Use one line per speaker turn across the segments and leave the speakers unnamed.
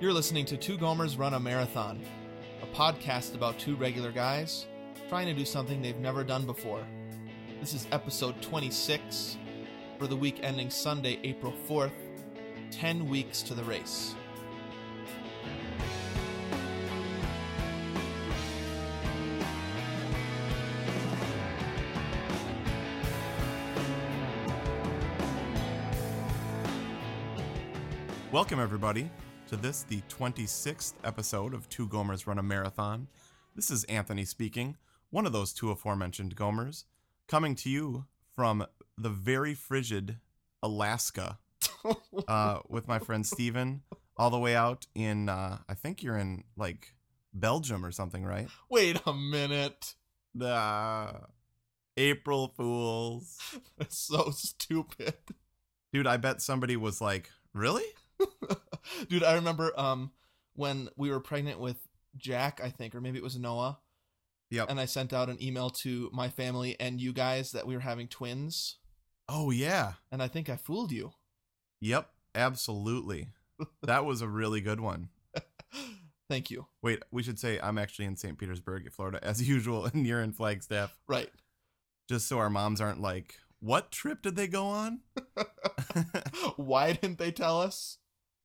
You're listening to Two Gomers Run a Marathon, a podcast about two regular guys trying to do something they've never done before. This is episode 26 for the week ending Sunday, April 4th, 10 weeks to the race.
Welcome, everybody, to this, the 26th episode of Two Gomers Run a Marathon. This is Anthony speaking, one of those two aforementioned Gomers, coming to you from the very frigid Alaska uh, with my friend Steven, all the way out in, uh, I think you're in like Belgium or something, right?
Wait a minute.
Uh, April Fools.
That's so stupid.
Dude, I bet somebody was like, really?
Dude, I remember um when we were pregnant with Jack, I think, or maybe it was Noah,
Yep.
and I sent out an email to my family and you guys that we were having twins,
oh, yeah.
and I think I fooled you.
Yep, absolutely. that was a really good one.
Thank you.
Wait, we should say I'm actually in St. Petersburg, Florida, as usual, and you're in Flagstaff,
Right.
just so our moms aren't like, what trip did they go on?
Why didn't they tell us?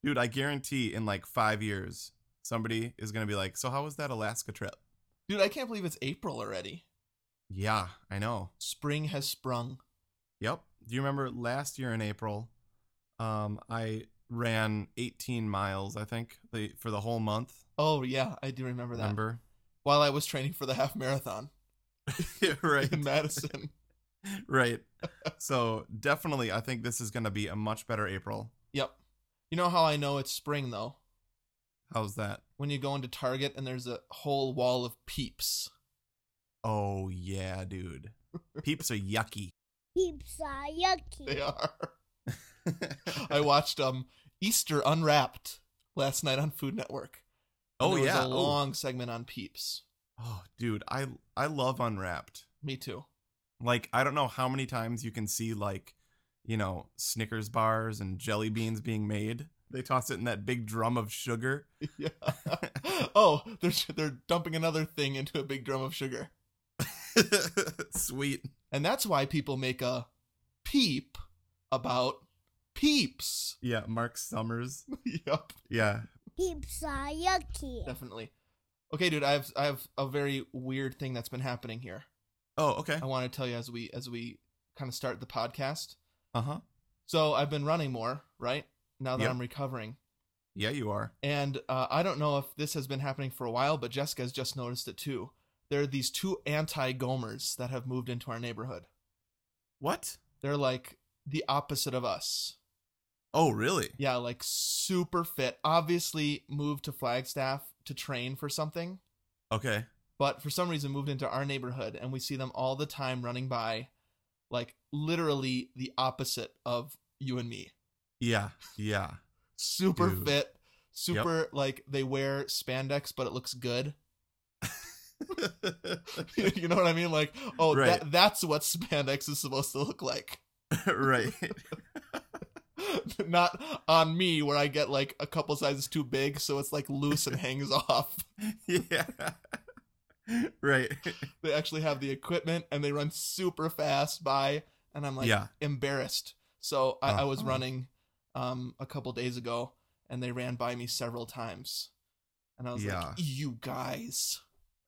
Dude, I guarantee in like five years, somebody is going to be like, so how was that Alaska trip?
Dude, I can't believe it's April already.
Yeah, I know.
Spring has sprung.
Yep. Do you remember last year in April? Um, I ran 18 miles, I think, the, for the whole month.
Oh yeah, I do remember that.
Remember?
While I was training for the half marathon
right.
in Madison.
right. So definitely, I think this is going to be a much better April.
yep. You know how I know it's spring though?
How's that?
When you go into Target and there's a whole wall of peeps.
Oh yeah, dude. Peeps are yucky.
Peeps are yucky.
They are. I watched um Easter Unwrapped last night on Food Network. and
oh
there
yeah.
was a
Oh.
long segment on peeps.
oh, dude, I I love Unwrapped.
Me too.
Like I don't know how many times you can see like, you know, Snickers bars and jelly beans being made. They toss it in that big drum of sugar.
Yeah. oh, they're they're dumping another thing into a big drum of sugar,
Sweet.
and that's why people make a peep about peeps.
Yeah, Mark Summers.
yep,
Yeah.
Peeps are yucky.
definitely. Okay, dude, I have I have a very weird thing that's been happening here.
Oh, okay.
I want to tell you as we as we kind of start the podcast.
Uh-huh.
So I've been running more, right? Now that
Yep.
I'm recovering.
Yeah, you are.
And uh, I don't know if this has been happening for a while, but Jessica's just noticed it too. There are these two anti Gomers that have moved into our neighborhood.
What?
They're like the opposite of us.
Oh, really?
Yeah, like super fit. Obviously, moved to Flagstaff to train for something,
Okay.
but for some reason moved into our neighborhood, and we see them all the time running by, like literally the opposite of you and me.
Yeah. Yeah.
Super
Dude.
fit, super like they wear spandex, but it looks good. you know what I mean? Like, oh,
Right.
that, that's what spandex is supposed to look like.
right.
Not on me, where I get like a couple sizes too big, so it's like loose and hangs off.
yeah. right.
They actually have the equipment and they run super fast by, and I'm like
yeah.
embarrassed. So I, I was
Uh-huh.
running um, a couple days ago, and they ran by me several times, and I was
Yeah.
like, "You guys."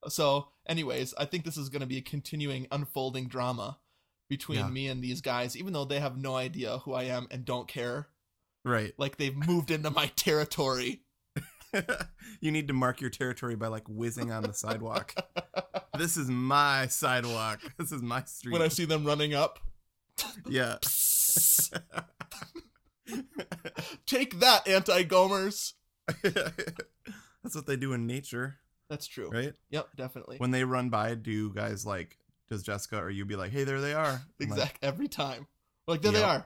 So, anyways, I think this is going to be a continuing unfolding drama between
Yeah.
me and these guys, even though they have no idea who I am and don't care.
Right.
Like they've moved into my territory.
you need to mark your territory by like whizzing on the sidewalk. this is my sidewalk. This is my street.
When I see them running up,
yeah.
psst, take that, anti Gomers.
That's what they do in nature,
That's true.
right?
Yep, definitely.
When they run by, do you guys like does Jessica or you be like, "Hey, there they are." I'm like,
Exact every time. We're like there they
Yep.
are.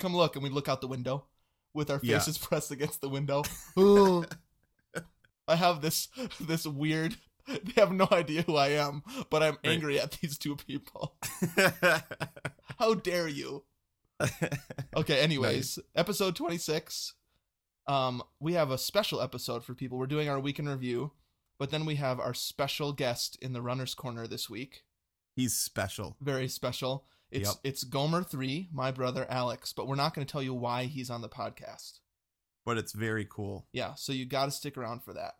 Come look, and we look out the window with our
Yeah.
faces pressed against the window. Ooh. I have this this weird. They have no idea who I am, but I'm
Right.
angry at these two people. How dare you? Okay, anyways, episode 26. um, we have a special episode for people. We're doing our week in review, but then we have our special guest in the runner's corner this week.
He's special.
Very special. It's
Yep.
it's Gomer three, my brother Alex, but we're not going to tell you why he's on the podcast.
but it's very cool.
Yeah, so you got to stick around for that.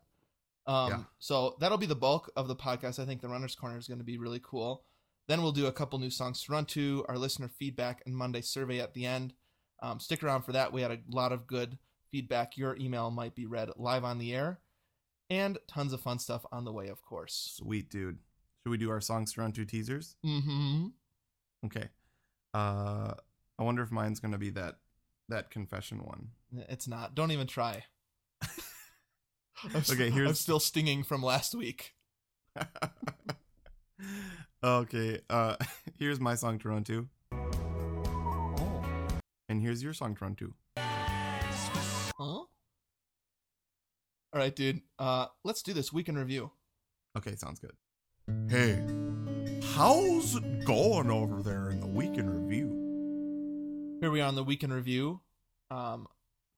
Um,
Yeah.
So that'll be the bulk of the podcast. I think the runner's corner is going to be really cool. Then we'll do a couple new songs to run to, our listener feedback, and Monday survey at the end. Um, stick around for that. We had a lot of good feedback. Your email might be read live on the air, and tons of fun stuff on the way, of course.
Sweet dude. Should we do our songs to run to teasers?
Mm-hmm.
Okay. Uh I wonder if mine's gonna be that that confession one.
It's not. Don't even try. I'm s-
Okay,
I'm
here's-
still stinging from last week.
okay, uh here's my song to run to. And here's your song to run to.
Huh? All right, dude. Uh, let's do this week in review.
Okay, sounds good. Hey, how's it going over there in the weekend review?
Here we are on the week in review. Um,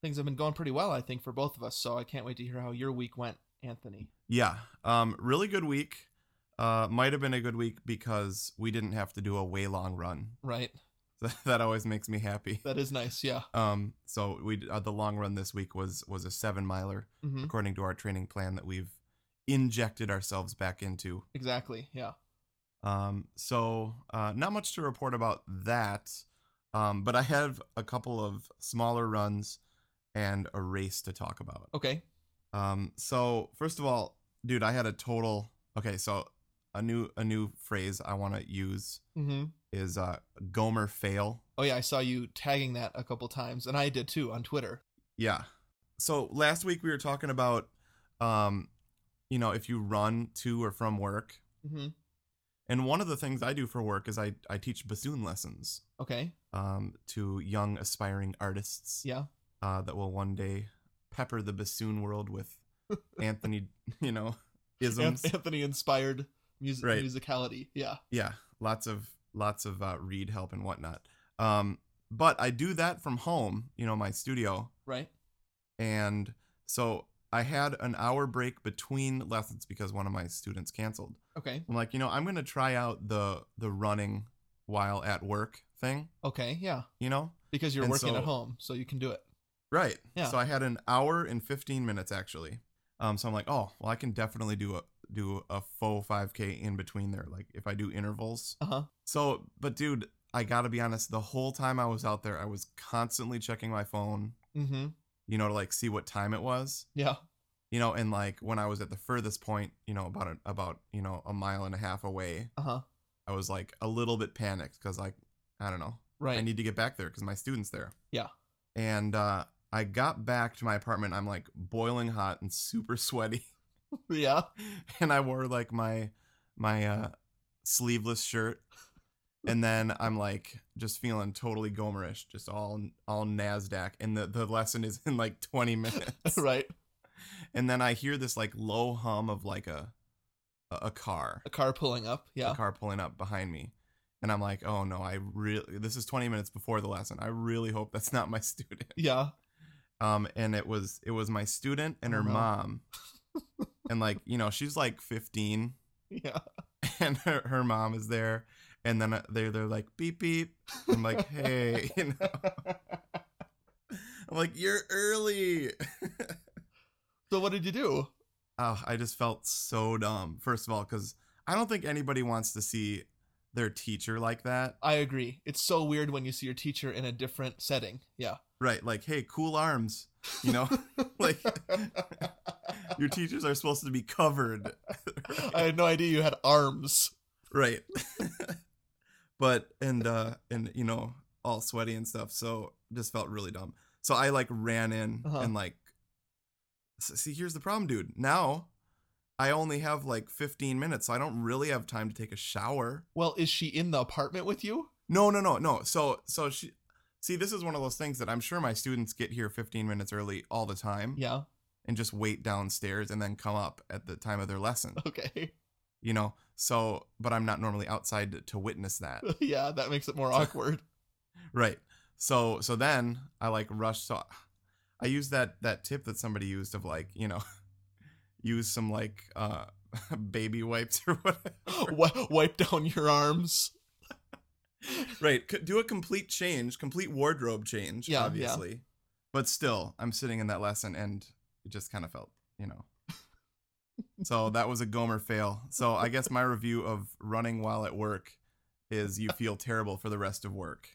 things have been going pretty well, I think, for both of us. So I can't wait to hear how your week went, Anthony.
Yeah, um, really good week. Uh, might have been a good week because we didn't have to do a way long run.
Right?
that always makes me happy.
That is nice. Yeah.
Um, so we uh, the long run this week was was a seven miler
hmm
according to our training plan that we've injected ourselves back into.
Exactly. Yeah.
Um, so uh, not much to report about that, um, but I have a couple of smaller runs and a race to talk about.
Okay.
Um, so first of all, dude, I had a total. Okay, so a new a new phrase I want to use
hmm
is uh, Gomer fail.
Oh yeah, I saw you tagging that a couple times, and I did too on Twitter.
Yeah. So last week we were talking about, um, you know, if you run to or from work,
hmm
and one of the things I do for work is I I teach bassoon lessons
Okay.
um, to young aspiring artists
Yeah.
uh, that will one day pepper the bassoon world with Anthony, you know, isms.
Anthony inspired music
Right.
musicality. Yeah.
yeah lots of lots of uh, read help and whatnot um but i do that from home you know my studio
Right.
and so i had an hour break between lessons because one of my students canceled
Okay.
i'm like you know i'm gonna try out the the running while at work thing
Okay. Yeah.
you know
Because you're
And
working at
so-
home, so you can do it.
right
Yeah.
so i had an hour and 15 minutes actually um so i'm like oh well i can definitely do a do a faux 5k in between there like if i do intervals
Uh huh.
So, but dude, I gotta be honest. The whole time I was out there, I was constantly checking my phone,
Mm-hmm.
you know, to like see what time it was,
Yeah.
you know, and like when I was at the furthest point, you know, about a, about you know a mile and a half away,
Uh huh.
I was like a little bit panicked because like I don't know,
Right.
I need to get back there because my student's there.
Yeah.
And uh, I got back to my apartment. I'm like boiling hot and super sweaty,
yeah.
and I wore like my my uh, sleeveless shirt, and then I'm like just feeling totally gomerish, just all all Nasdaq, and the the lesson is in like 20 minutes,
right.
and then I hear this like low hum of like a a, a car,
A car pulling up. Yeah.
a car pulling up behind me. And I'm like, oh no, I really, this is 20 minutes before the lesson. I really hope that's not my student.
Yeah.
um and it was it was my student and
Oh,
her
no.
mom and like you know she's like 15
Yeah.
and her, her mom is there and then uh, they're they're like beep beep i'm like hey you know i'm like you're early
So what did you do?
oh i just felt so dumb first of all because i don't think anybody wants to see their teacher like that
I agree. It's so weird when you see your teacher in a different setting. Yeah.
right like hey cool arms you know like your teachers are supposed to be covered
I had no idea you had arms.
right but and uh and you know all sweaty and stuff so just felt really dumb so i like ran in
Uh-huh.
and like s- see here's the problem dude now i only have like 15 minutes so i don't really have time to take a shower
Well, is she in the apartment with you?
no no no no so so she see this is one of those things that i'm sure my students get here 15 minutes early all the time
Yeah.
and just wait downstairs and then come up at the time of their lesson
Okay.
you know so but i'm not normally outside to, to witness that
yeah, that makes it more awkward.
Right. So so then I like rushed. So I used that that tip that somebody used of like you know, use some like uh baby wipes or whatever.
Wi- wipe down your arms.
right, c- do a complete change, complete wardrobe change,
Yeah, yeah.
obviously. But still, I'm sitting in that lesson and it just kind of felt, you know. so that was a Gomer fail. So I guess my review of running while at work is you feel terrible for the rest of work.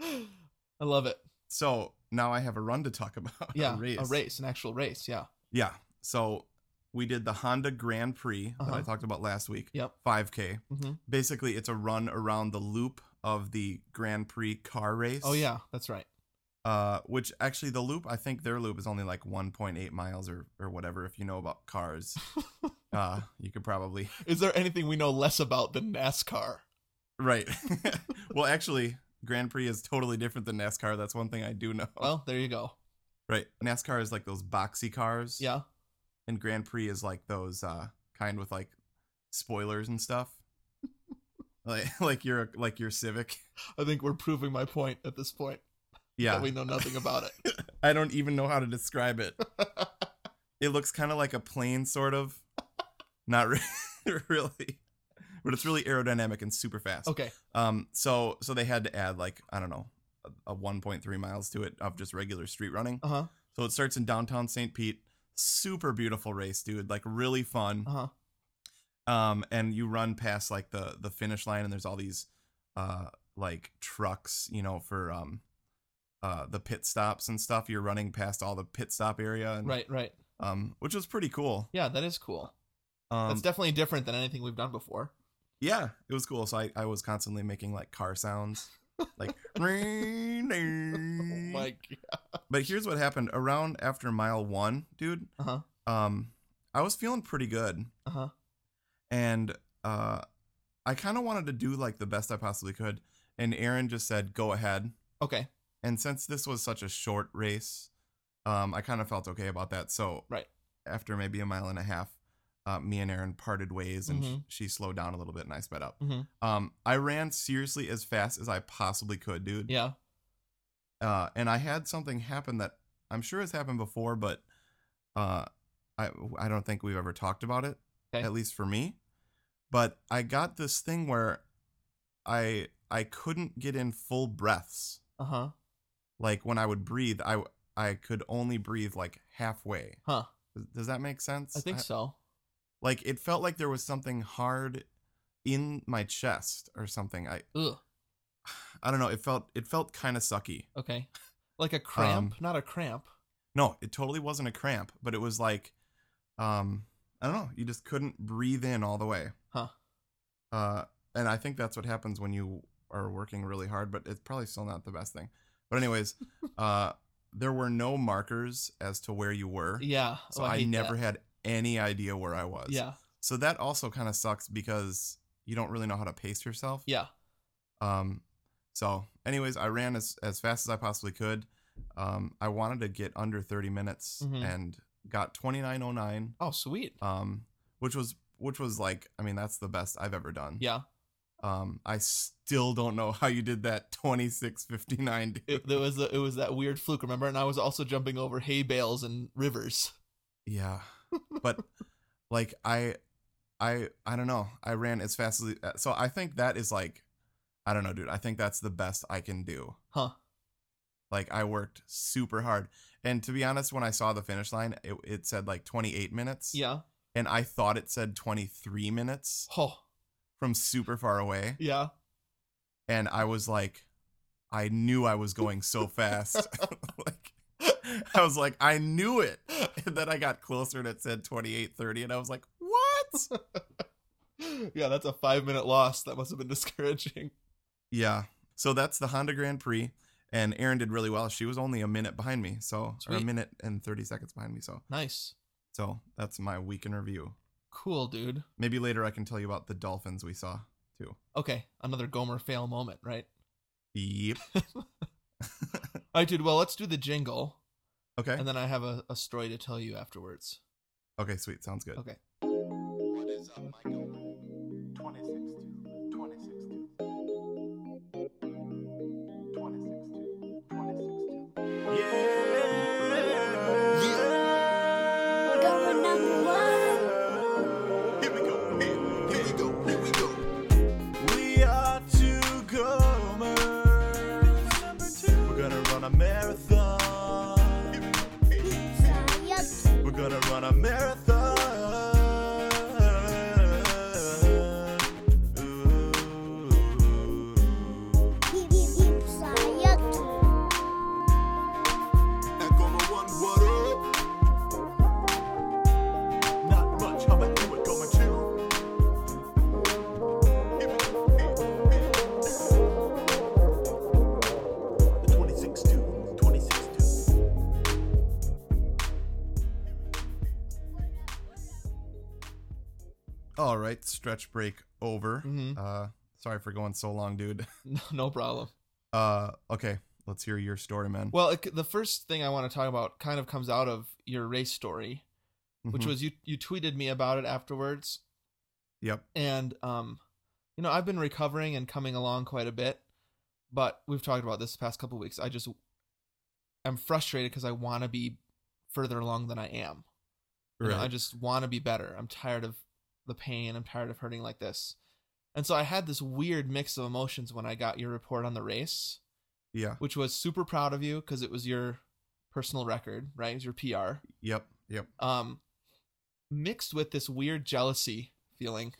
I love it.
So now I have a run to talk about.
Yeah, a race. an actual race. Yeah.
Yeah. So we did the Honda Grand Prix that I
Uh-huh.
talked about last week.
Yep.
5K.
hmm
Basically, it's a run around the loop of the Grand Prix car race.
Oh yeah, that's right.
Uh, which actually, the loop, I think their loop is only like 1.8 miles or, or whatever. If you know about cars, uh, you could probably.
Is there anything we know less about than NASCAR?
Right. well, actually, Grand Prix is totally different than NASCAR. That's one thing I do know.
Well, there you go.
right. NASCAR is like those boxy cars.
Yeah.
and Grand Prix is like those uh kind with like spoilers and stuff. like like your like your Civic.
I think we're proving my point at this point
Yeah.
that we know nothing about it.
I don't even know how to describe it. it looks kind of like a plane sort of. Not re- really. But it's really aerodynamic and super fast.
Okay.
Um so so they had to add like I don't know a, a 1.3 miles to it of just regular street running.
Uh huh.
So it starts in downtown St. Pete. Super beautiful race, dude. Like really fun.
Uh huh.
um and you run past like the the finish line and there's all these uh like trucks you know for um uh the pit stops and stuff you're running past all the pit stop area and,
Right. Right.
um which was pretty cool
Yeah, that is cool.
um
That's definitely different than anything we've done before.
yeah it was cool so i, I was constantly making like car sounds like ring, ding.
Like,
but here's what happened around after mile one dude
Uh-huh.
um i was feeling pretty good
Uh-huh.
and uh i kind of wanted to do like the best i possibly could and aaron just said go ahead
okay,
and since this was such a short race um i kind of felt okay about that so
Right.
after maybe a mile and a half uh, me and aaron parted ways and sh-
Mhm.
she slowed down a little bit and i sped up
Mhm.
um i ran seriously as fast as i possibly could dude
yeah,
uh, and I had something happen that I'm sure has happened before, but uh, I I don't think we've ever talked about it,
Okay.
at least for me. But I got this thing where I I couldn't get in full breaths.
uh huh,
Like when I would breathe, I I could only breathe like halfway.
huh.
Does- Does that make sense?
I think so.
Like it felt like there was something hard in my chest or something. I
Ugh.
I don't know. It felt it felt kind of sucky.
Okay, like a cramp,
Um,
not a cramp.
No, it totally wasn't a cramp, but it was like, um, I don't know. You just couldn't breathe in all the way.
Huh.
Uh, and I think that's what happens when you are working really hard, but it's probably still not the best thing. But anyways, uh, there were no markers as to where you were,
Yeah.
so
oh,
I,
hate
never
that.
had any idea where I was.
Yeah,
So that also kind of sucks because you don't really know how to pace yourself.
yeah.
Um, so, anyways, I ran as as fast as I possibly could. Um, I wanted to get under 30 minutes
Mhm.
and got 2909.
Oh, sweet.
Um, which was which was like, I mean, that's the best I've ever done.
Yeah,
Um, I still don't know how you did that 2659. Dude.
it, there was a, it was that weird fluke, remember? And I was also jumping over hay bales and rivers.
Yeah, but like I, I, I don't know. I ran as fast as uh, so. I think that is like, I don't know, dude. I think that's the best I can do.
Huh.
Like I worked super hard, and to be honest, when I saw the finish line, it, it said like 28 minutes.
Yeah.
and I thought it said 23 minutes
Oh,
from super far away,
yeah.
and I was like, I knew I was going so fast. like, I was like, I knew it. And then I got closer, and it said 28:30, and I was like, what?
Yeah, that's a five minute loss. That must have been discouraging.
Yeah. So that's the Honda Grand Prix. And Erin did really well. She was only a minute behind me. So or a
Sweet.
minute and 30 seconds behind me. So
Nice.
so that's my week in review.
Cool, dude.
Maybe later I can tell you about the dolphins we saw too.
Okay, another Gomer fail moment, right?
Yep.
All right, dude. Well, let's do the jingle,
Okay.
and then I have a, a story to tell you afterwards.
Okay, sweet. Sounds good.
Okay.
What is up, my Gomer? 26 2 26 2 26 2 26 2 Yeah! a marathon. Ooh.
Keep, keeps a yucky.
Echo my one, what up? Not much, how about you? Echo my two. The 26 2, 26 2. All right, stretch break over.
Mhm.
Uh, sorry for going so long, dude.
No, no problem.
Uh, okay, let's hear your story, man.
Well, it, the first thing I want to talk about kind of comes out of your race story, which
Mhm.
was you you tweeted me about it afterwards,
Yep.
and um, you know I've been recovering and coming along quite a bit, but we've talked about this the past couple weeks. I just am frustrated because I want to be further along than I am. You know, I just want to be better. I'm tired of the pain. I'm tired of hurting like this. And so I had this weird mix of emotions when I got your report on the race,
yeah.
which was super proud of you because it was your personal record, right? It was your
Yep. Yep.
PR. Um, mixed with this weird jealousy feeling.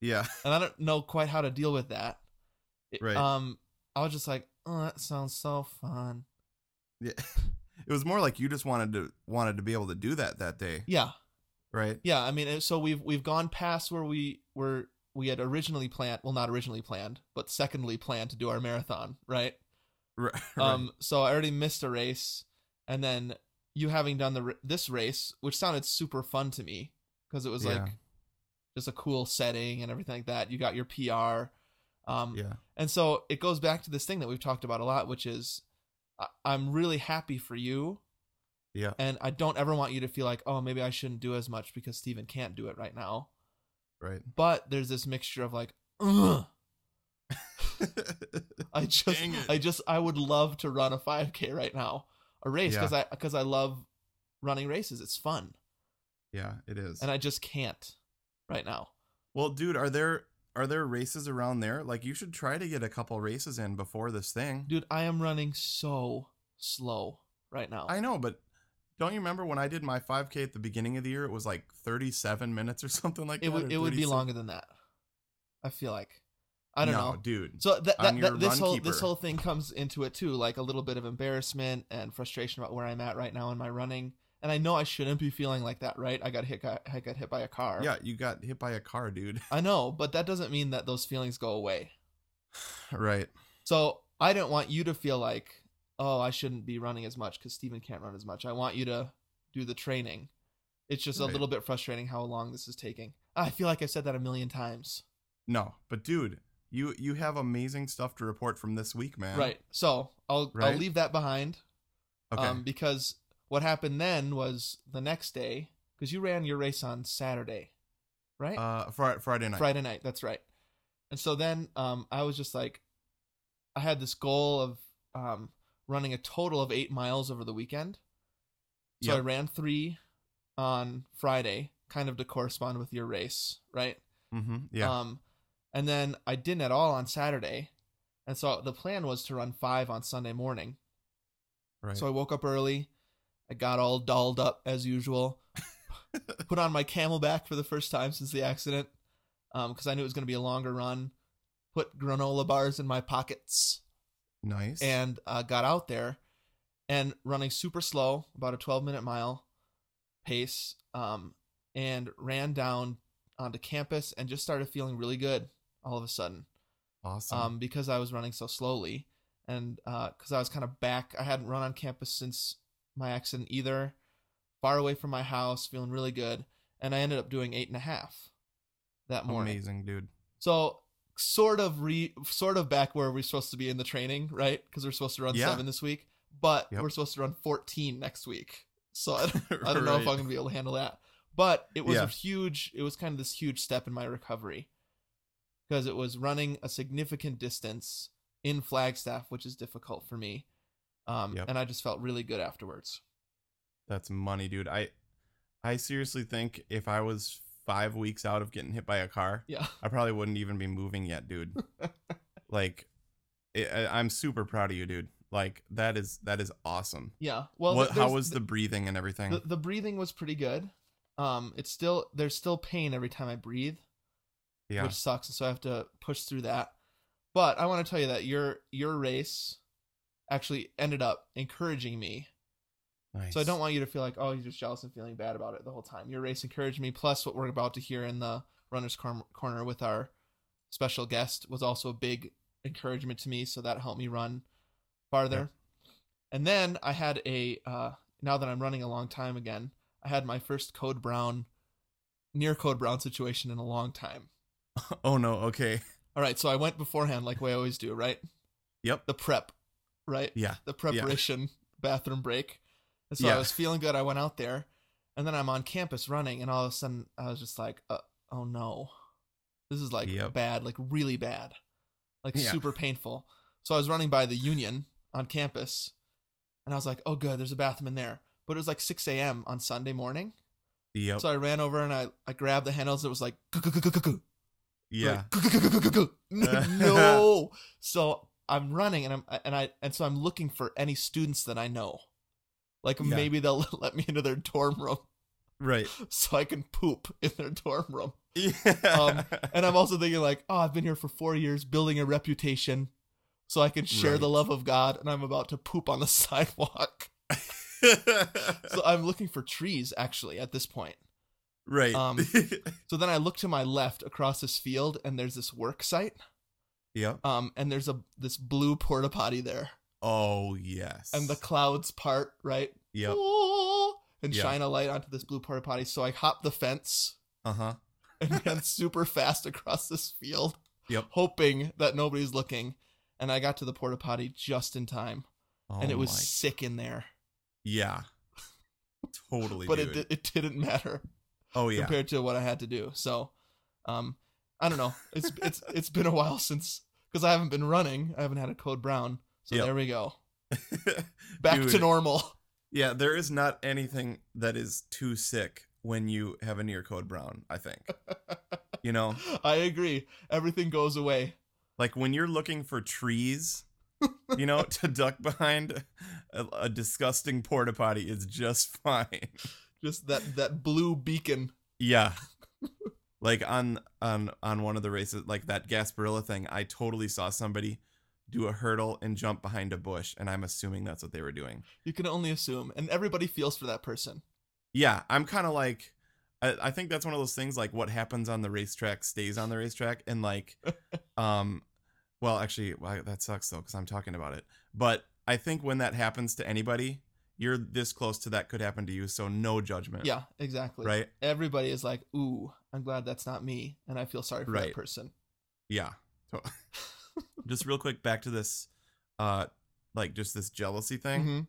Yeah.
And I don't know quite how to deal with that. It-
Right.
Um, I was just like, oh, that sounds so fun.
Yeah. It was more like you just wanted to wanted to be able to do that that day,
Yeah.
right?
Yeah, I mean, and so we've we've gone past where we were we had originally planned, well, not originally planned, but secondly planned to do our marathon, right?
Right.
Um, so I already missed a race, and then you having done the r- this race, which sounded super fun to me because it was like
Yeah.
just a cool setting and everything like that. You got your PR, um,
yeah.
and so it goes back to this thing that we've talked about a lot, which is I- I'm really happy for you.
Yeah.
And I don't ever want you to feel like, oh, maybe I shouldn't do as much because Steven can't do it right now.
Right.
But there's this mixture of like, Ugh, I just,
Dang it.
I just, I would love to run a 5K right now, a race
Yeah.
because I because I love running races. It's fun,
yeah, it is.
and I just can't right now.
well, dude, are there are there races around there? Like you should try to get a couple races in before this thing.
Dude, I am running so slow right now.
I know, but don't you remember when I did my 5K at the beginning of the year? It was like 37 minutes or something like
it
that.
would
or
it would be
37
longer than that. I feel like I don't
no,
know.
dude.
So that,
On
that,
your
that this
run
whole
keeper.
this whole thing comes into it too, like a little bit of embarrassment and frustration about where I'm at right now in my running. And I know I shouldn't be feeling like that, right? I got hit I got hit by a car.
yeah, you got hit by a car, dude.
I know, but that doesn't mean that those feelings go away.
right.
So I don't want you to feel like, oh, I shouldn't be running as much because Steven can't run as much. I want you to do the training. It's just a
Right.
little bit frustrating how long this is taking. I feel like I've said that a million times.
No, but dude, you you have amazing stuff to report from this week, man.
Right. So I'll I'll
Right?
leave that behind.
Okay.
Um, because what happened then was the next day, because you ran your race on Saturday, right?
uh, Friday, Friday night.
Friday night. That's right. And so then um, I was just like, I had this goal of um, running a total of eight miles over the weekend. So I
Yep.
ran three on Friday, kind of to correspond with your race, right?
Mm-hmm. Yeah.
Um, and then I didn't at all on Saturday. And so the plan was to run five on Sunday morning.
right.
So I woke up early. I got all dolled up as usual. put on my camelback for the first time since the accident because I knew it was going to be a longer run. Put granola bars in my pockets
nice.
and uh, got out there and running super slow, about a 12 minute mile pace, um, and ran down onto campus and just started feeling really good all of a sudden
awesome.
um, because I was running so slowly and because I was kind of back. I hadn't run on campus since my accident either, far away from my house, feeling really good. And I ended up doing eight and a half that morning.
Amazing, dude.
So sort of re sort of back where we're supposed to be in the training, right? Because we're supposed to run
Yeah.
seven this week, but
Yep.
we're supposed to run 14 next week. So I don't, I don't know if I'm gonna be able to handle that. But it was a
Yeah.
huge. It was kind of this huge step in my recovery because it was running a significant distance in Flagstaff, which is difficult for me. Um,
Yep.
and I just felt really good afterwards.
That's money, dude. I I seriously think if I was five weeks out of getting hit by a car,
Yeah,
I probably wouldn't even be moving yet, dude. like, it, I, I'm super proud of you, dude. Like that is that is awesome.
yeah. Well,
what, how
there's-
was the breathing and everything?
the, the breathing was pretty good. Um, it's still there's still pain every time I breathe,
Yeah.
which sucks, and so I have to push through that. But I want to tell you that your your race actually ended up encouraging me so I
Nice.
don't want you to feel like, oh, you're just jealous and feeling bad about it the whole time. Your race encouraged me. Plus, what we're about to hear in the runner's Cor- corner with our special guest was also a big encouragement to me. So that helped me run farther. And then I had a, uh, now that I'm running a long time again, I had my first Code Brown, near Code Brown situation in a long time.
Oh no. Okay.
All right. So I went beforehand, like we always do, right?
Yep.
The prep, right?
Yeah.
the preparation bathroom break. And so I
Yeah.
was feeling good. I went out there, and then I'm on campus running, and all of a sudden I was just like, uh, "Oh no, this is like
Yep.
bad, like really bad, like
Yeah.
super painful." So I was running by the Union on campus, and I was like, "Oh good, there's a bathroom in there." But it was like 6 a.m. on Sunday morning,
Yep.
so I ran over and I, I grabbed the handles. It was like, "Goo-goo-goo-goo-goo."
yeah.
Like, no. So I'm running and I'm and I and so I'm looking for any students that I know. Like
Yeah.
maybe they'll let me into their dorm room
Right.
so I can poop in their dorm room.
Yeah.
And I'm also thinking like, oh, I've been here for four years building a reputation so I can share the
Right.
love of God and I'm about to poop on the sidewalk. So I'm looking for trees actually at this point.
right.
um, So then I look to my left across this field and there's this work site.
yep.
Um, and there's a this blue porta potty there.
Oh yes.
and the clouds part, right?
yep.
Ooh, and
Yeah.
shine a light onto this blue porta potty. So I hop the fence
Uh huh.
and ran super fast across this field,
Yep.
hoping that nobody's looking. And I got to the porta potty just in time,
Oh,
and it was
my-
sick in there.
yeah. Totally.
But it
dude.
di- it didn't matter
Oh yeah.
compared to what I had to do. So, um, I don't know. It's it's it's been a while since because I haven't been running. I haven't had a code brown. So
Yep.
there we go. Back to
Dude.
normal.
yeah. There is not anything that is too sick when you have a near code brown. I think. you know,
I agree. Everything goes away.
like when you're looking for trees. You know, to duck behind a, a disgusting porta potty is just fine.
just that that blue beacon.
Yeah. like on on on one of the races, like that Gasparilla thing, I totally saw somebody do a hurdle and jump behind a bush, and I'm assuming that's what they were doing.
You can only assume, and everybody feels for that person.
Yeah, I'm kind of like, I, I think that's one of those things like what happens on the racetrack stays on the racetrack, and like, um, well, actually, wow, that sucks though because I'm talking about it. But I think when that happens to anybody, you're this close to that could happen to you, so no judgment.
Yeah, exactly.
Right.
Everybody is like, "Ooh, I'm glad that's not me," and I feel sorry for that
Right.
person.
Yeah. To- just real quick back to this uh like just this jealousy thing.
Mhm.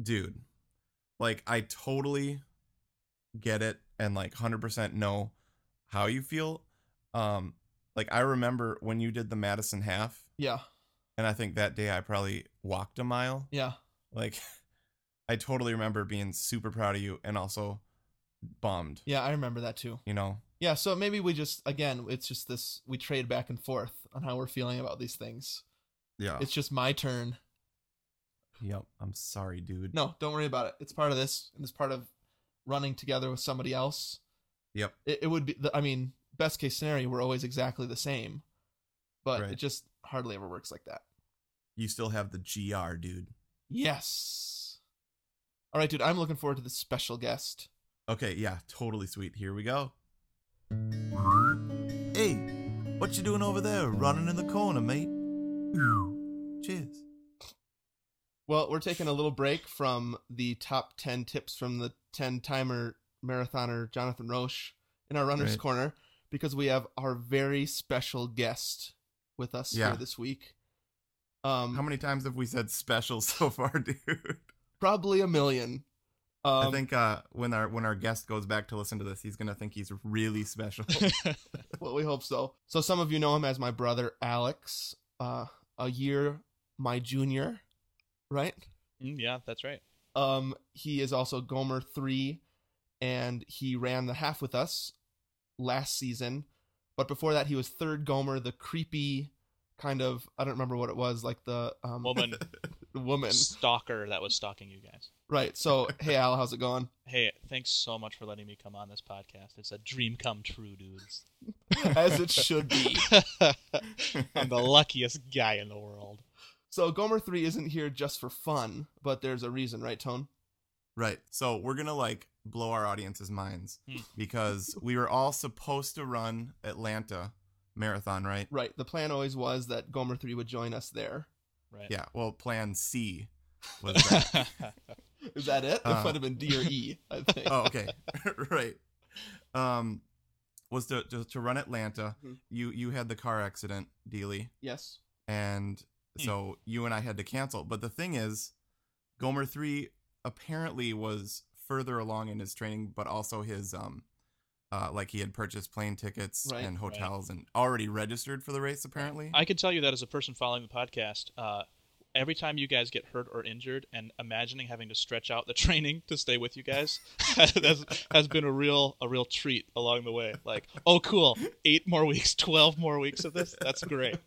Dude, like I totally get it and like 100% know how you feel. Um like I remember when you did the Madison half
Yeah,
and I think that day I probably walked a mile.
yeah,
Like I totally remember being super proud of you and also bummed,
yeah. I remember that too.
you know.
Yeah. So maybe we just again, it's just this we trade back and forth on how we're feeling about these things.
Yeah.
It's just my turn.
Yep. I'm sorry, dude.
No, don't worry about it. It's part of this, and it's part of running together with somebody else.
Yep.
It, it would be. The, I mean, best case scenario, we're always exactly the same, but
Right.
it just hardly ever works like that.
You still have the GR, dude.
Yes. All right, dude. I'm looking forward to this special guest.
Okay, yeah, totally sweet. Here we go. Hey, what you doing over there, running in the corner, mate? Cheers.
Well, we're taking a little break from the top ten tips from the ten timer marathoner Jonathan Roche in our runners
Right.
corner because we have our very special guest with us
Yeah.
here this week. Um,
How many times have we said special so far, dude?
probably a million. Um,
I think uh, when our when our guest goes back to listen to this, he's gonna think he's really special.
well, we hope so. So some of you know him as my brother Alex, uh, a year my junior, right?
Mm, yeah, that's right.
Um, he is also Gomer three, and he ran the half with us last season. But before that, he was third Gomer, the creepy kind of I don't remember what it was like the um,
Woman,
woman.
stalker that was stalking you guys.
Right. So, hey, Al, how's it going?
Hey, thanks so much for letting me come on this podcast. It's a dream come true, dudes.
As it should be.
I'm the luckiest guy in the world.
So, Gomer 3 isn't here just for fun, but there's a reason, right, Tone?
Right. So we're gonna like blow our audience's minds
Hmm.
because we were all supposed to run Atlanta marathon, right?
Right. The plan always was that Gomer 3 would join us there.
Right.
Yeah. Well, Plan C was that.
Is that it?
Uh.
it might have been D or E, I think.
oh, okay. right. Um, was to, to to run Atlanta.
Mhm.
You you had the car accident, Dealey,
Yes.
and
Hmm.
so you and I had to cancel. But the thing is, Gomer three apparently was further along in his training, but also his um. Uh, like he had purchased plane tickets
Right.
and
Right.
hotels and already registered for the race apparently
I can tell you that as a person following the podcast, uh, every time you guys get hurt or injured, and imagining having to stretch out the training to stay with you guys has, has been a real a real treat along the way. Like, oh, cool, eight more weeks, twelve more weeks of this. That's great.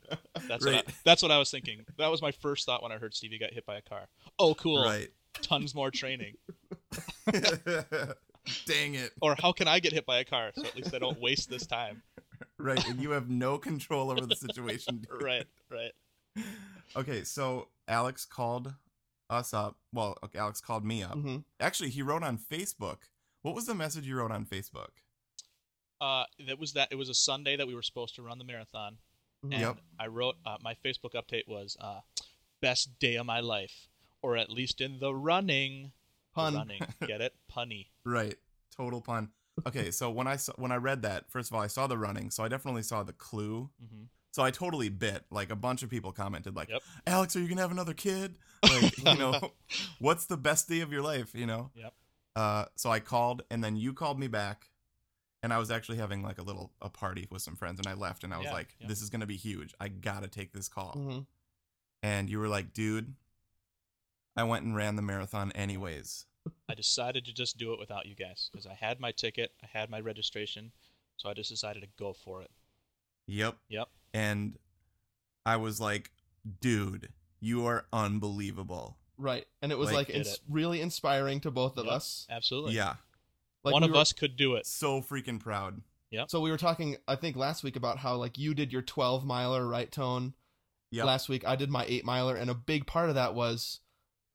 That's what I,
Right.
that's what I was thinking. That was my first thought when I heard Stevie got hit by a car. Oh, cool,
right
tons more training.
Dang it.
Or how can I get hit by a car so at least I don't waste this time?
Right. And you have no control over the situation. dude.
Right, right.
Okay. So Alex called us up. Well, okay, Alex called me up.
hmm
Actually, he wrote on Facebook. What was the message you wrote on Facebook?
Uh, that was that. It was a Sunday that we were supposed to run the marathon,
Mhm.
and
Mm-hmm. Yep.
I wrote uh, my Facebook update was uh, best day of my life, or at least in the running. The
Pun.
running, get it? Punny.
Right. Total pun. Okay. So when I saw, when I read that, first of all, I saw the running. So I definitely saw the clue.
hmm
So I totally bit. Like a bunch of people commented, like,
Yep.
"Alex, are you gonna have another kid? Like, you know, what's the best day of your life? You know."
Yep.
Uh, so I called, and then you called me back, and I was actually having like a little a party with some friends, and I left, and I was
Yeah,
like,
yeah.
"This is gonna be huge. I gotta take this call."
Mhm.
And you were like, "Dude." I went and ran the marathon anyways.
I decided to just do it without you guys because I had my ticket, I had my registration, so I just decided to go for it.
Yep.
Yep.
And I was like, dude, you are unbelievable.
Right. And it was
Like,
like,
did
it's
it.
really inspiring to both of
Yep.
us.
Absolutely.
Yeah.
Like
One
we
of
were-
us could do it.
So freaking proud.
So we were talking, I think, last week about how like you did your 12 miler, right, Tone?
Yep.
Last week I did my eight miler, and a big part of that was,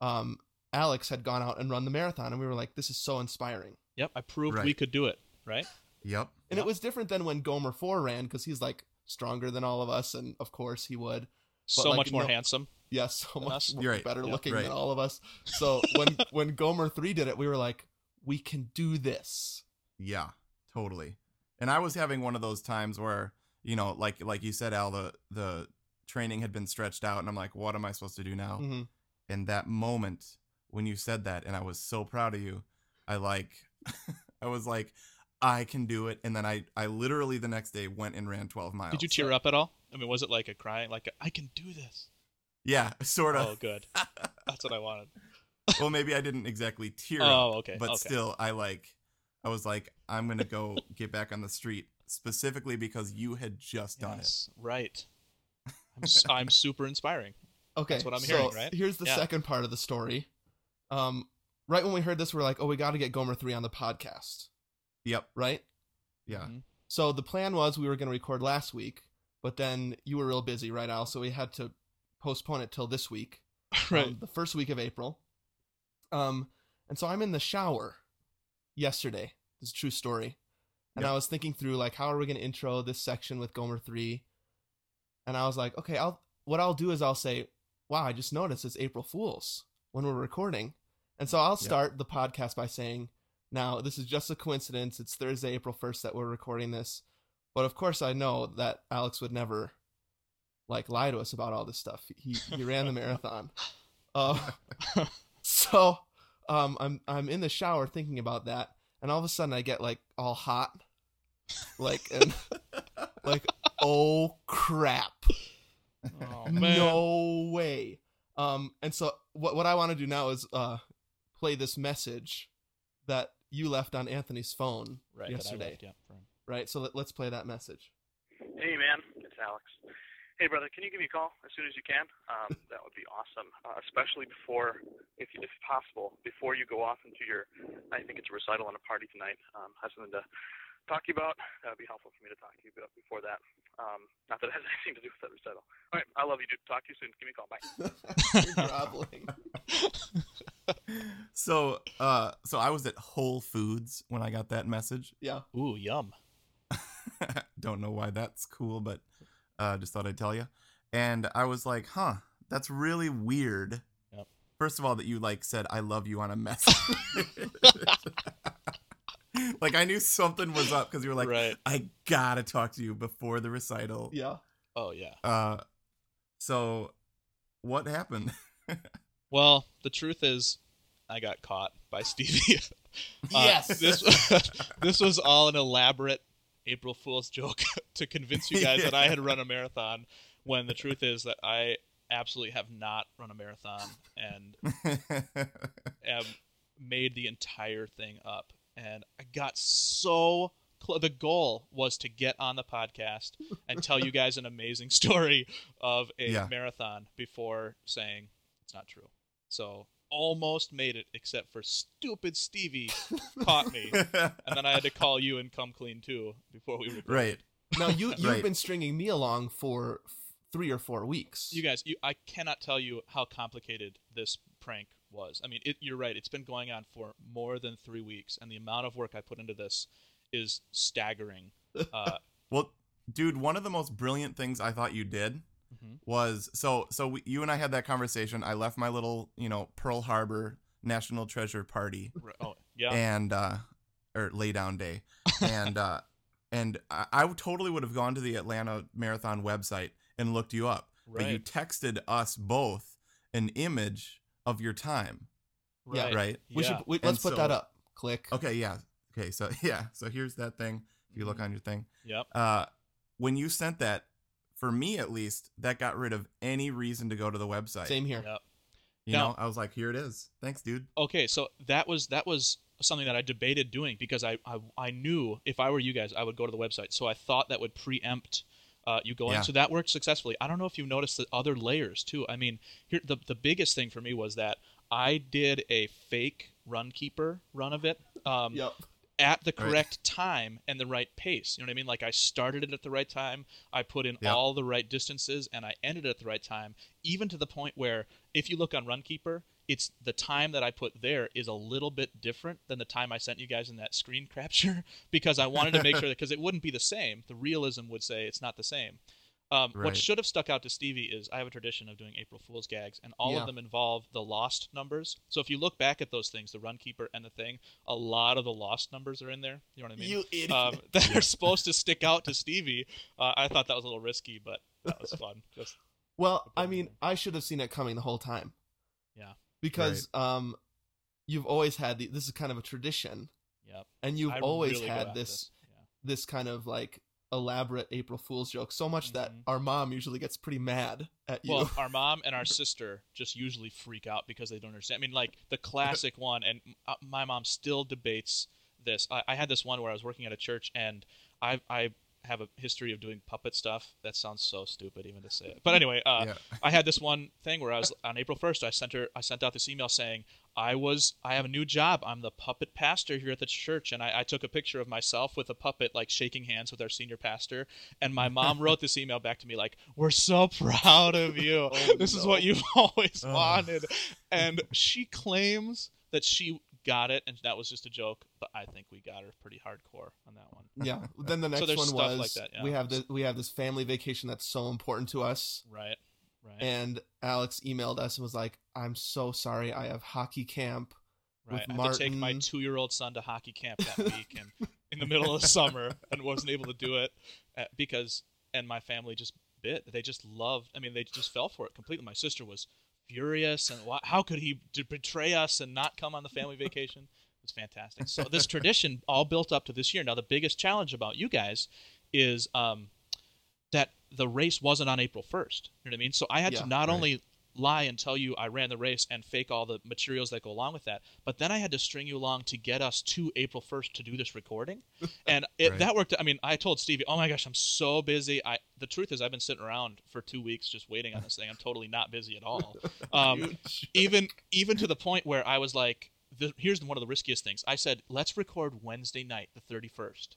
um, Alex had gone out and run the marathon, and we were like, this is so inspiring.
Yep. I proved we
Right.
could do it. Right.
Yep.
And it was different than when Gomer Four ran because he's like stronger than all of us, and of course he would.
So
like,
much more
no-
handsome.
Yes, so
Than
much
us?
You're right.
better
Yeah.
looking
Right.
than all of us. So when when Gomer Three did it, we were like, we can do this.
Yeah. Totally. And I was having one of those times where, you know, like like you said, Al, the the training had been stretched out and I'm like, what am I supposed to do now?
Mm.
Mhm.
And that moment when you said that and I was so proud of you, I like I was like, I can do it. And then I I literally the next day went and ran twelve miles.
Did you tear up at all? I mean, was it like a crying, like a, I can do this?
Yeah, sort of.
Oh, good. That's what I wanted.
well, maybe I didn't exactly tear up,
Oh, okay.
but
okay.
still, I like, I was like, I'm gonna go get back on the street specifically because you had just done it.
Yes, right. I'm, s- I'm super inspiring.
Okay,
That's what I'm
so
hearing, right?
Here's the
Yeah.
second part of the story. Um, right when we heard this, we're like, "Oh, we got to get Gomer three on the podcast,"
Yep.
right?
Yeah.
Mhm.
So the plan was we were going to record last week, but then you were real busy, right, Al? So we had to postpone it till this week, um,
Right.
the first week of April. Um, and so I'm in the shower yesterday. This is a true story, and
Yeah.
I was thinking through like, how are we going to intro this section with Gomer three? And I was like, okay, I'll what I'll do is I'll say, wow, I just noticed it's April Fools when we're recording. And so I'll
Yeah.
start the podcast by saying, now this is just a coincidence. It's Thursday, April 1st that we're recording this. But of course I know that Alex would never like lie to us about all this stuff. He he ran the marathon. Uh, so um I'm I'm in the shower thinking about that and all of a sudden I get like all hot like and like oh crap.
Oh, man.
No way. Um, and so what what I want to do now is uh, play this message that you left on Anthony's phone
Right, that I
yesterday,
left, yeah, for him.
right? So let, let's play that message.
Hey man, it's Alex. Hey, brother, can you give me a call as soon as you can? Um, that would be awesome, uh, especially before, if, if possible, before you go off into your, I think it's a recital and a party tonight. Um, I have something to talk to you about. That would be helpful for me to talk to you about before that. Um, not that it has anything to do with that recital. All right, I love you, dude. Talk to you soon. Give me a call. Bye.
groveling.
So, uh, so I was at Whole Foods when I got that message.
Yeah.
Ooh, yum.
Don't know why that's cool, but uh, just thought I'd tell you. And I was like, huh, that's really weird.
Yep.
First of all, that you like said I love you on a message. like I knew something was up because you were like,
right.
I gotta talk to you before the recital.
Yeah.
Oh yeah.
Uh, so what happened?
Well, the truth is, I got caught by Stevie. Uh,
Yes.
This this was all an elaborate April Fool's joke to convince you guys that I had run a marathon, when the truth is that I absolutely have not run a marathon and am, made the entire thing up. And I got so close. The goal was to get on the podcast and tell you guys an amazing story of a
Yeah.
marathon before saying it's not true. So almost made it, except for stupid Stevie caught me. And then I had to call you and come clean too before we recorded.
right.
Now you you've
Right.
been stringing me along for f- three or four weeks.
You guys, you, I cannot tell you how complicated this prank was. I mean, it, you're right. It's been going on for more than three weeks, and the amount of work I put into this is staggering. Uh,
Well, dude, one of the most brilliant things I thought you did
Mhm.
was so so we, you and I had that conversation. I left my little, you know, Pearl Harbor National Treasure party
r- oh, yeah.
and uh or lay down day. And uh and I, I totally would have gone to the Atlanta Marathon website and looked you up. But you
right.
texted us both an image of your time,
yeah,
right.
right?
We should
Yeah.
we,
And
let's put that
so-
up. Click.
Okay, yeah. Okay, so yeah. So here's that thing. If you look
Mm-hmm.
on your thing,
Yep.
uh, when you sent that, for me at least, that got rid of any reason to go to the website.
Same here.
Yep.
You
No.
know, I was like, here it is. Thanks, dude.
Okay, so that was that was something that I debated doing because I I, I knew if I were you guys, I would go to the website. So I thought that would preempt. Uh, you going
Yeah.
so that worked successfully. I don't know if you noticed the other layers too. I mean, here the the biggest thing for me was that I did a fake run keeper run of it. Um,
Yep.
at the
Right.
correct time and the right pace. You know what I mean? Like I started it at the right time, I put in
Yeah.
all the right distances, and I ended at the right time, even to the point where if you look on Runkeeper, it's the time that I put there is a little bit different than the time I sent you guys in that screen capture because I wanted to make sure that because it wouldn't be the same. The realism would say it's not the same. Um, What
Right.
should have stuck out to Stevie is I have a tradition of doing April Fool's gags, and all
Yeah.
of them involve the lost numbers. So if you look back at those things, the run keeper and the thing, a lot of the lost numbers are in there. You know what I mean?
You idiot.
um, that are supposed to stick out to Stevie. Uh, I thought that was a little risky, but that was fun. Just
well, I mean, I should have seen it coming the whole time.
Yeah.
Because um, you've always had the, this is kind of a tradition,
yeah.
and you've
I
always
really go
had
at
this, this kind of like elaborate April Fool's joke so much that
Mhm.
our mom usually gets pretty mad at you.
Yeah. Well, our mom and our sister just usually freak out because they don't understand. I mean, like the classic one, and uh, my mom still debates this. I, I had this one where I was working at a church, and I I have a history of doing puppet stuff. That sounds so stupid even to say it, but anyway, uh,
yeah.
I had this one thing where I was on April 1st. I sent her. I sent out this email saying I was. I have a new job. I'm the puppet pastor here at the church, and I, I took a picture of myself with a puppet, like shaking hands with our senior pastor. And my mom wrote this email back to me like, "We're so proud of you. this is
no.
what you've always
Oh.
wanted." And she claims that she got it, and that was just a joke. But I think we got her pretty hardcore on that one.
yeah. Then the next
there's
one
stuff
was
like that, yeah.
we have the we have this family vacation that's so important to us.
Right. Right.
And Alex emailed us and was like, "I'm so sorry. I have hockey camp.
Right.
with
I had to take my
Martin.
two-year-old son to hockey camp that week, and in the middle of the summer, and wasn't able to do it uh, because and my family just bit. They just loved. I mean, they just fell for it completely. My sister was furious, and why, how could he d- betray us and not come on the family vacation? It was fantastic. So this tradition all built up to this year. Now the biggest challenge about you guys is um, that the race wasn't on April first. You know what I mean? So I had
Yeah,
to not
right.
only lie and tell you I ran the race and fake all the materials that go along with that. But then I had to string you along to get us to April 1st to do this recording. And it,
Right.
that worked. I mean, I told Stevie, oh my gosh, I'm so busy. I The truth is, I've been sitting around for two weeks just waiting on this thing. I'm totally not busy at all. Um, even even to the point where I was like, the, here's one of the riskiest things. I said, let's record Wednesday night, the 31st.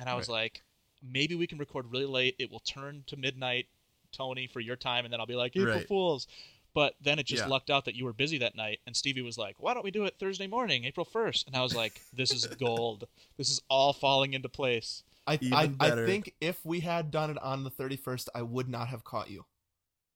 And I was like, maybe we can record really late. It will turn to midnight, Tony, for your time, and then I'll be like, April
Right.
Fools. But then it just
Yeah.
lucked out that you were busy that night, and Stevie was like, "Why don't we do it Thursday morning, April 1st? And I was like, "This is gold. this is all falling into place."
I,
Even
I, I
better.
think if we had done it on the 31st, I would not have caught you.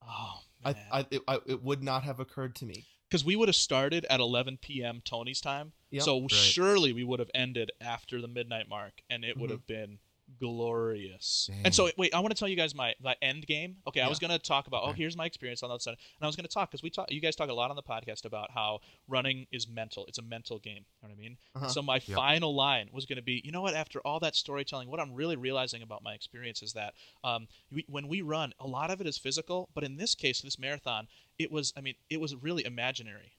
Oh
I,
man,
I, it, I, it would not have occurred to me.
because we would have started at 11 p.m. Tony's time,
Yep.
so
Right.
surely we would have ended after the midnight mark, and it would have
Mm-hmm.
been glorious.
Dang.
And so, wait, I want to tell you guys my, my end game. Okay, I
Yeah.
was going to talk about oh,
Okay.
here's my experience on the outside, and I was going to talk because we talk, you guys talk a lot on the podcast about how running is mental. It's a mental game. You know what I mean?
Uh-huh.
So my final line was going to be, you know what? After all that storytelling, what I'm really realizing about my experience is that um, we, when we run, a lot of it is physical, but in this case, this marathon, it was. I mean, it was really imaginary.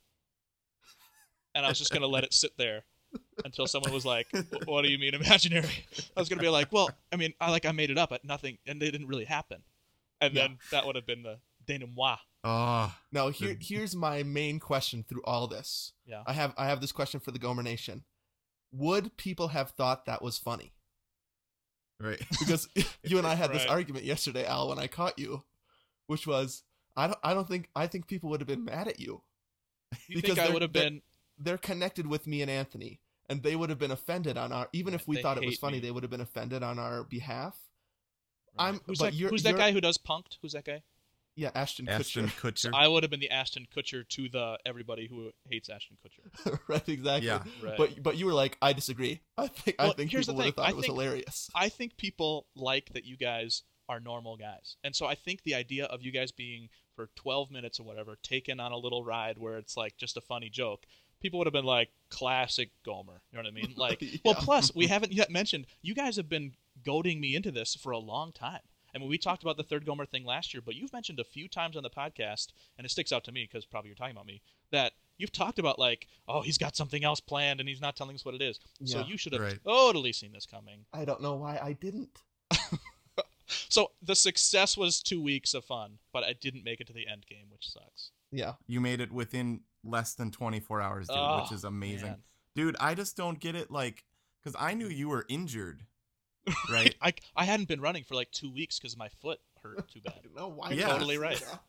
And I was just going to let it sit there until someone was like, "Wh- "What do you mean imaginary?" I was going to be like, "Well, I mean, I like I made it up, but nothing, and they didn't really happen." And then that would have been the denouement.
Oh,
Now, here,
The-
here's my main question through all this.
Yeah.
I have, I have this question for the Gomer Nation. Would people have thought that was funny?
right.
because you and I had this
Right.
argument yesterday, Al, when I caught you, which was I don't I don't think I think people would have been mad at you.
You
Because
think I
they're-
would have
they're-
been?
They're connected with me and Anthony, and they would have been offended on our even if we
They
thought it was
hate
funny,
me.
they would have been offended on our behalf. I'm
Who's
but
that?
you're-
Who's that
you're-
guy who does punked? Who's that guy?
Yeah, Ashton,
Ashton
So
Kutcher.
I would have been the Ashton Kutcher to the everybody who hates Ashton Kutcher.
Kutcher. right, exactly.
Yeah.
Right.
But but you were like, I disagree. I think I
Well,
think
here's the
people would have
thing.
thought
I
it was
think-
hilarious.
I think people like that you guys are normal guys. And so I think the idea of you guys being for 12 minutes or whatever taken on a little ride where it's like just a funny joke, people would have been like classic Gomer. You know what I mean? Like well
Yeah.
plus we haven't yet mentioned you guys have been goading me into this for a long time. I mean, we talked about the third Gomer thing last year, but you've mentioned a few times on the podcast, and it sticks out to me because probably you're talking about me, that you've talked about, like, oh, he's got something else planned and he's not telling us what it is. So
Yeah.
you should have
Right.
totally seen this coming.
I don't know why I didn't.
So the success was two weeks of fun, but I didn't make it to the end game, which sucks.
Yeah.
you made it within less than 24 hours, dude,
Oh,
which is amazing.
Man.
Dude, I just don't get it. Like, because I knew you were injured, right?
I, I hadn't been running for like two weeks because my foot hurt too bad.
I don't know why.
You're
I
totally
did
right.
that.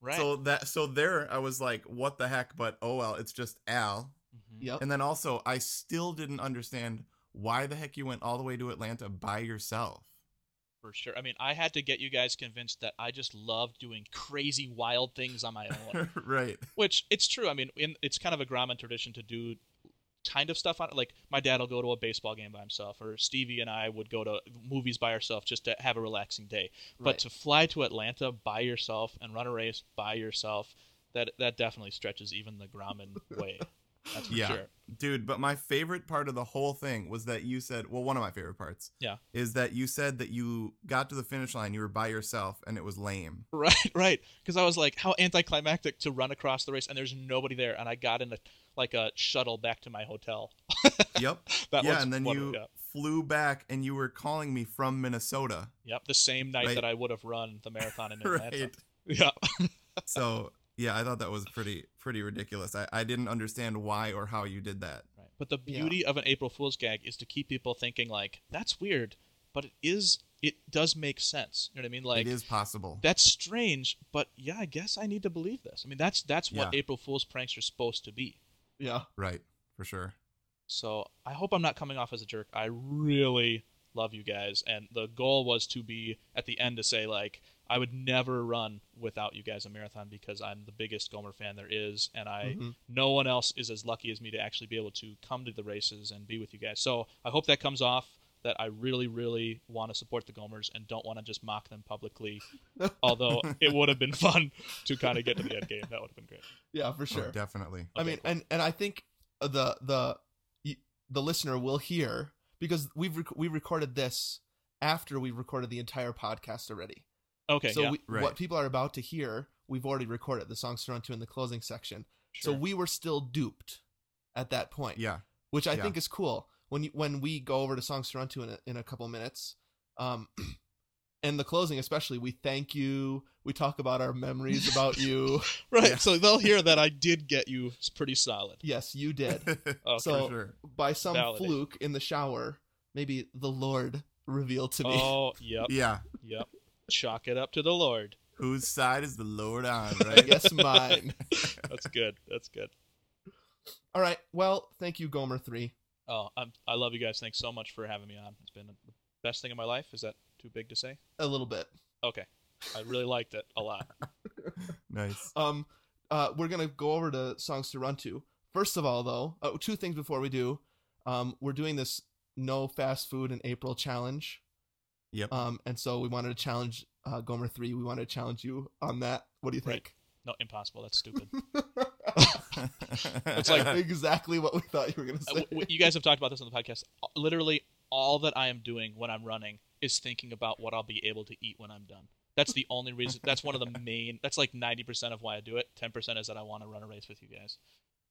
Right.
So that so there I was like, what the heck? But oh well, it's just Al.
Mhm.
Yep.
And then also I still didn't understand why the heck you went all the way to Atlanta by yourself.
For sure. I mean, I had to get you guys convinced that I just love doing crazy, wild things on my own.
right.
which it's true. I mean, in, it's kind of a Grauman tradition to do kind of stuff on it. Like my dad will go to a baseball game by himself, or Stevie and I would go to movies by ourselves just to have a relaxing day. But
Right.
to fly to Atlanta by yourself and run a race by yourself, that that definitely stretches even the Grauman way. That's for
Yeah.
sure.
Dude, but my favorite part of the whole thing was that you said, well, one of my favorite parts.
Yeah.
Is that you said that you got to the finish line, you were by yourself, and it was lame.
Right, right. Because I was like, how anticlimactic to run across the race and there's nobody there, and I got in a like a shuttle back to my hotel.
Yep.
That
yeah,
was
and then
one-
you
yeah.
flew back and you were calling me from Minnesota.
Yep, the same night
Right.
that I would have run the marathon in Atlanta.
Right.
Yeah.
so yeah, I thought that was pretty pretty ridiculous. I, I didn't understand why or how you did that.
Right. But the
Yeah.
beauty of an April Fool's gag is to keep people thinking like that's weird, but it is it does make sense. You know what I mean? Like
it is possible.
that's strange, but yeah, I guess I need to believe this. I mean, that's that's what
Yeah.
April Fool's pranks are supposed to be.
Yeah.
right, for sure. Oh,
So I hope I'm not coming off as a jerk. I really love you guys, and the goal was to be at the end to say like I would never run without you guys a marathon because I'm the biggest Gomer fan there is, and I
Mm-hmm.
Mhm.
no one else is as lucky as me to actually be able to come to the races and be with you guys. So I hope that comes off that I really, really want to support the Gomers and don't want to just mock them publicly. Although it would have been fun to kind of get to the end game. That would have been great.
Yeah, for
Oh,
sure.
definitely.
I mean, and and I think the the y- the listener will hear because we've rec- we recorded this after we recorded the entire podcast already.
Okay.
so
yeah.
we,
Right.
what people are about to hear, we've already recorded the songs to run to in the closing section.
Sure.
So we were still duped at that point
yeah,
which I
Yeah.
think is cool. When you, when we go over to songs to run to in a, in a couple minutes, um, and the closing especially, we thank you. We talk about our memories about you.
Right.
Yeah.
So they'll hear that I did get you s- pretty solid.
Yes, you did
Oh,
So-
for sure.
by some
Validate.
fluke in the shower. Maybe the Lord revealed to me.
Oh, yep,
Yeah,
yep. Chalk it up to the Lord.
whose side is the Lord on?
I
Right?
guess mine.
That's good. That's good.
All right. Well, thank you, Gomer three.
Oh, I'm, I love you guys. Thanks so much for having me on. It's been the best thing in my life. Is that too big to say?
A little bit.
Okay. I really liked it a lot.
Nice.
Um, uh, we're gonna go over to songs to run to. First of all, though, uh, two things before we do. Um, we're doing this no fast food in April challenge.
Yep.
Um, and so we wanted to challenge uh, Gomer three. We wanted to challenge you on that. What do you think?
No, impossible. That's stupid. Uh,
it's
like-
exactly what we thought you were going to
Uh,
say.
w- w- you guys have talked about this on the podcast. Uh, Literally, all that I am doing when I'm running is thinking about what I'll be able to eat when I'm done. That's the only reason. That's one of the main. That's like ninety percent of why I do it. Ten percent is that I want to run a race with you guys.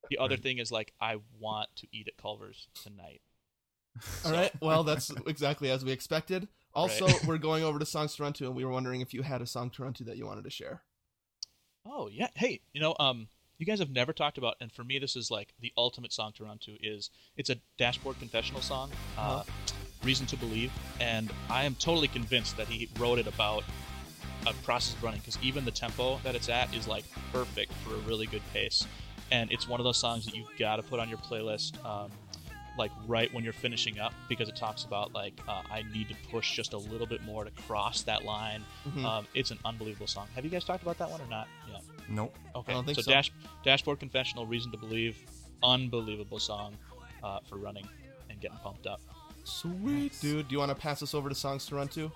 The other
Right.
thing is like I want to eat at Culver's tonight.
All right. Well, that's exactly as we expected. Also,
Right.
we're going over to songs to run to, and we were wondering if you had a song to run to that you wanted to share.
Oh yeah. Hey, you know, um, you guys have never talked about, and for me, this is like the ultimate song to run to. Is it's a dashboard confessional song, uh, "Reason to Believe," and I am totally convinced that he wrote it about a process of running because even the tempo that it's at is like perfect for a really good pace, and it's one of those songs that you've got to put on your playlist. Um, like right when you're finishing up because it talks about like uh, i need to push just a little bit more to cross that line
Mhm.
um, it's an unbelievable song have you guys talked about that one or not yeah
nope.
Okay.
I don't think
so,
so.
Dash, Dashboard Confessional, Reason to Believe, unbelievable song uh, for running and getting pumped up.
Sweet. Dude, do you want to pass us over to songs to run to?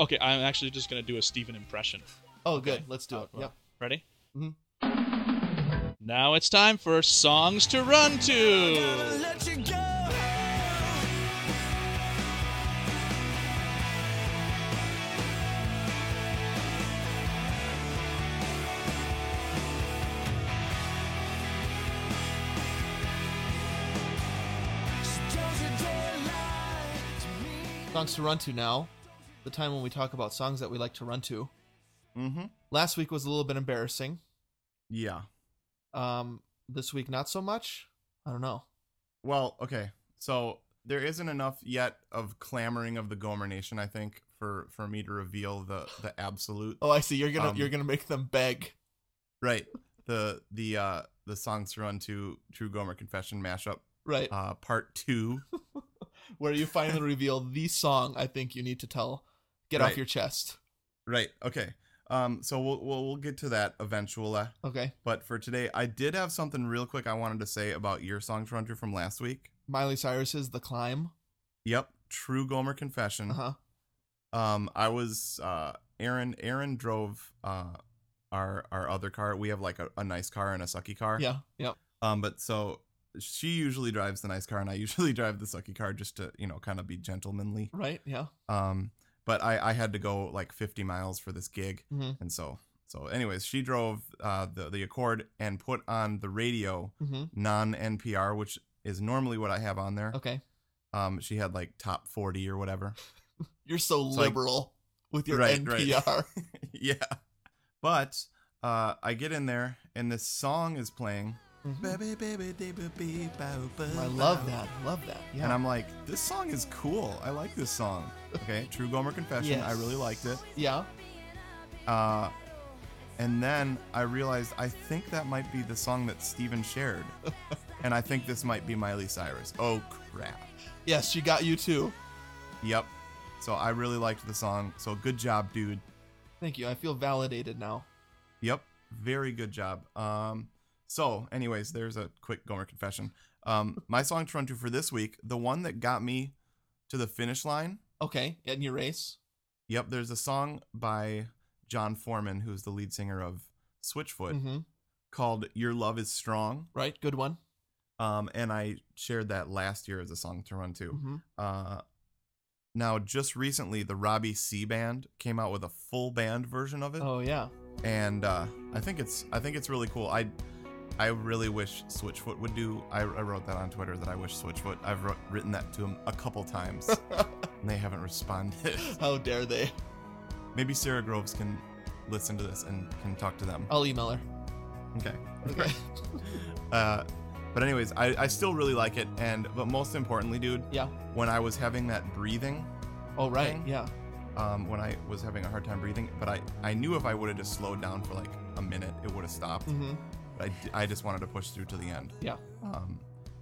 Okay, I'm actually just gonna do a Steven impression.
Oh, good.
Okay.
Let's do
Uh,
it.
well,
Yep.
Ready?
Mhm. Mm-hmm.
Now it's time for songs to run
Gotta
to.
let you go. Gotta
Songs to run to now. The time when we talk about songs that we like to run to.
Mm-hmm.
Last week was a little bit embarrassing.
Yeah.
Um, this week, not so much. I don't know.
Well, okay. So there isn't enough yet of clamoring of the Gomer Nation, I think, for for me to reveal the the absolute
Oh, I see. You're gonna
Um,
you're gonna make them beg.
right the the uh the songs to run to True Gomer Confession mashup
Right.
uh part two.
where you finally reveal the song I think you need to tell. Get off
Right.
your chest.
Right. Okay. Um. So we'll we'll, we'll get to that eventually.
Okay.
But for today, I did have something real quick I wanted to say about your song to run to from last week.
Miley Cyrus's The Climb.
Yep. True Gomer Confession.
Uh huh.
Um, I was uh Aaron Aaron drove uh our our other car. We have like a, a nice car and a sucky car.
Yeah. Yep.
Um, but so she usually drives the nice car and I usually drive the sucky car just to, you know, kind of be gentlemanly.
Right. Yeah.
Um, but I I had to go like 50 miles for this gig.
Mhm.
And so so anyways, she drove uh the the Accord and put on the radio
Mm-hmm.
non NPR, which is normally what I have on there.
Okay.
Um, she had like top 40 or whatever.
You're so
So I-
liberal with your
Right, right.
NPR.
yeah. But uh, I get in there and this song is playing.
Mhm.
Baby, baby, dee, boo, bee, bow, bow,
I love
bow.
that. Love that. Yeah.
And I'm like, this song is cool. I like this song. Okay, True Gomer Confession. I
Yes.
really liked it.
yeah.
Uh, and then I realized I think that might be the song that Steven shared. and I think this might be Miley Cyrus. Oh, crap.
Yes. She got you too.
Yep. So I really liked the song. So good job, dude.
Thank you. I feel validated now.
Yep. Very good job. Um, so, anyways, there's a quick Gomer confession. Um, my song to run to for this week, the one that got me to the finish line.
Okay. And your race.
Yep, there's a song by John Foreman, who's the lead singer of Switchfoot,
Mm-hmm.
called "Your Love Is Strong."
Right. Good one.
Um, and I shared that last year as a song to run to.
Mm-hmm.
Uh, now, just recently, the Robbie C band came out with a full band version of it.
Oh yeah.
and uh, I think it's I think it's really cool. I I really wish Switchfoot would do. I, I wrote that on Twitter that I wish Switchfoot. I've wrote, written that to him a couple times, and they haven't responded.
How dare they?
Maybe Sarah Groves can listen to this and can talk to them.
I'll email her.
Okay.
Okay.
Uh, but anyways, I, I still really like it, and but most importantly, dude,
Yeah.
when I was having that breathing,
Oh right.
Thing.
Yeah.
um, when I was having a hard time breathing, but I I knew if I would have just slowed down for like a minute, it would have stopped.
Mm-hmm.
I, I just wanted to push through to the end.
Yeah.
Um,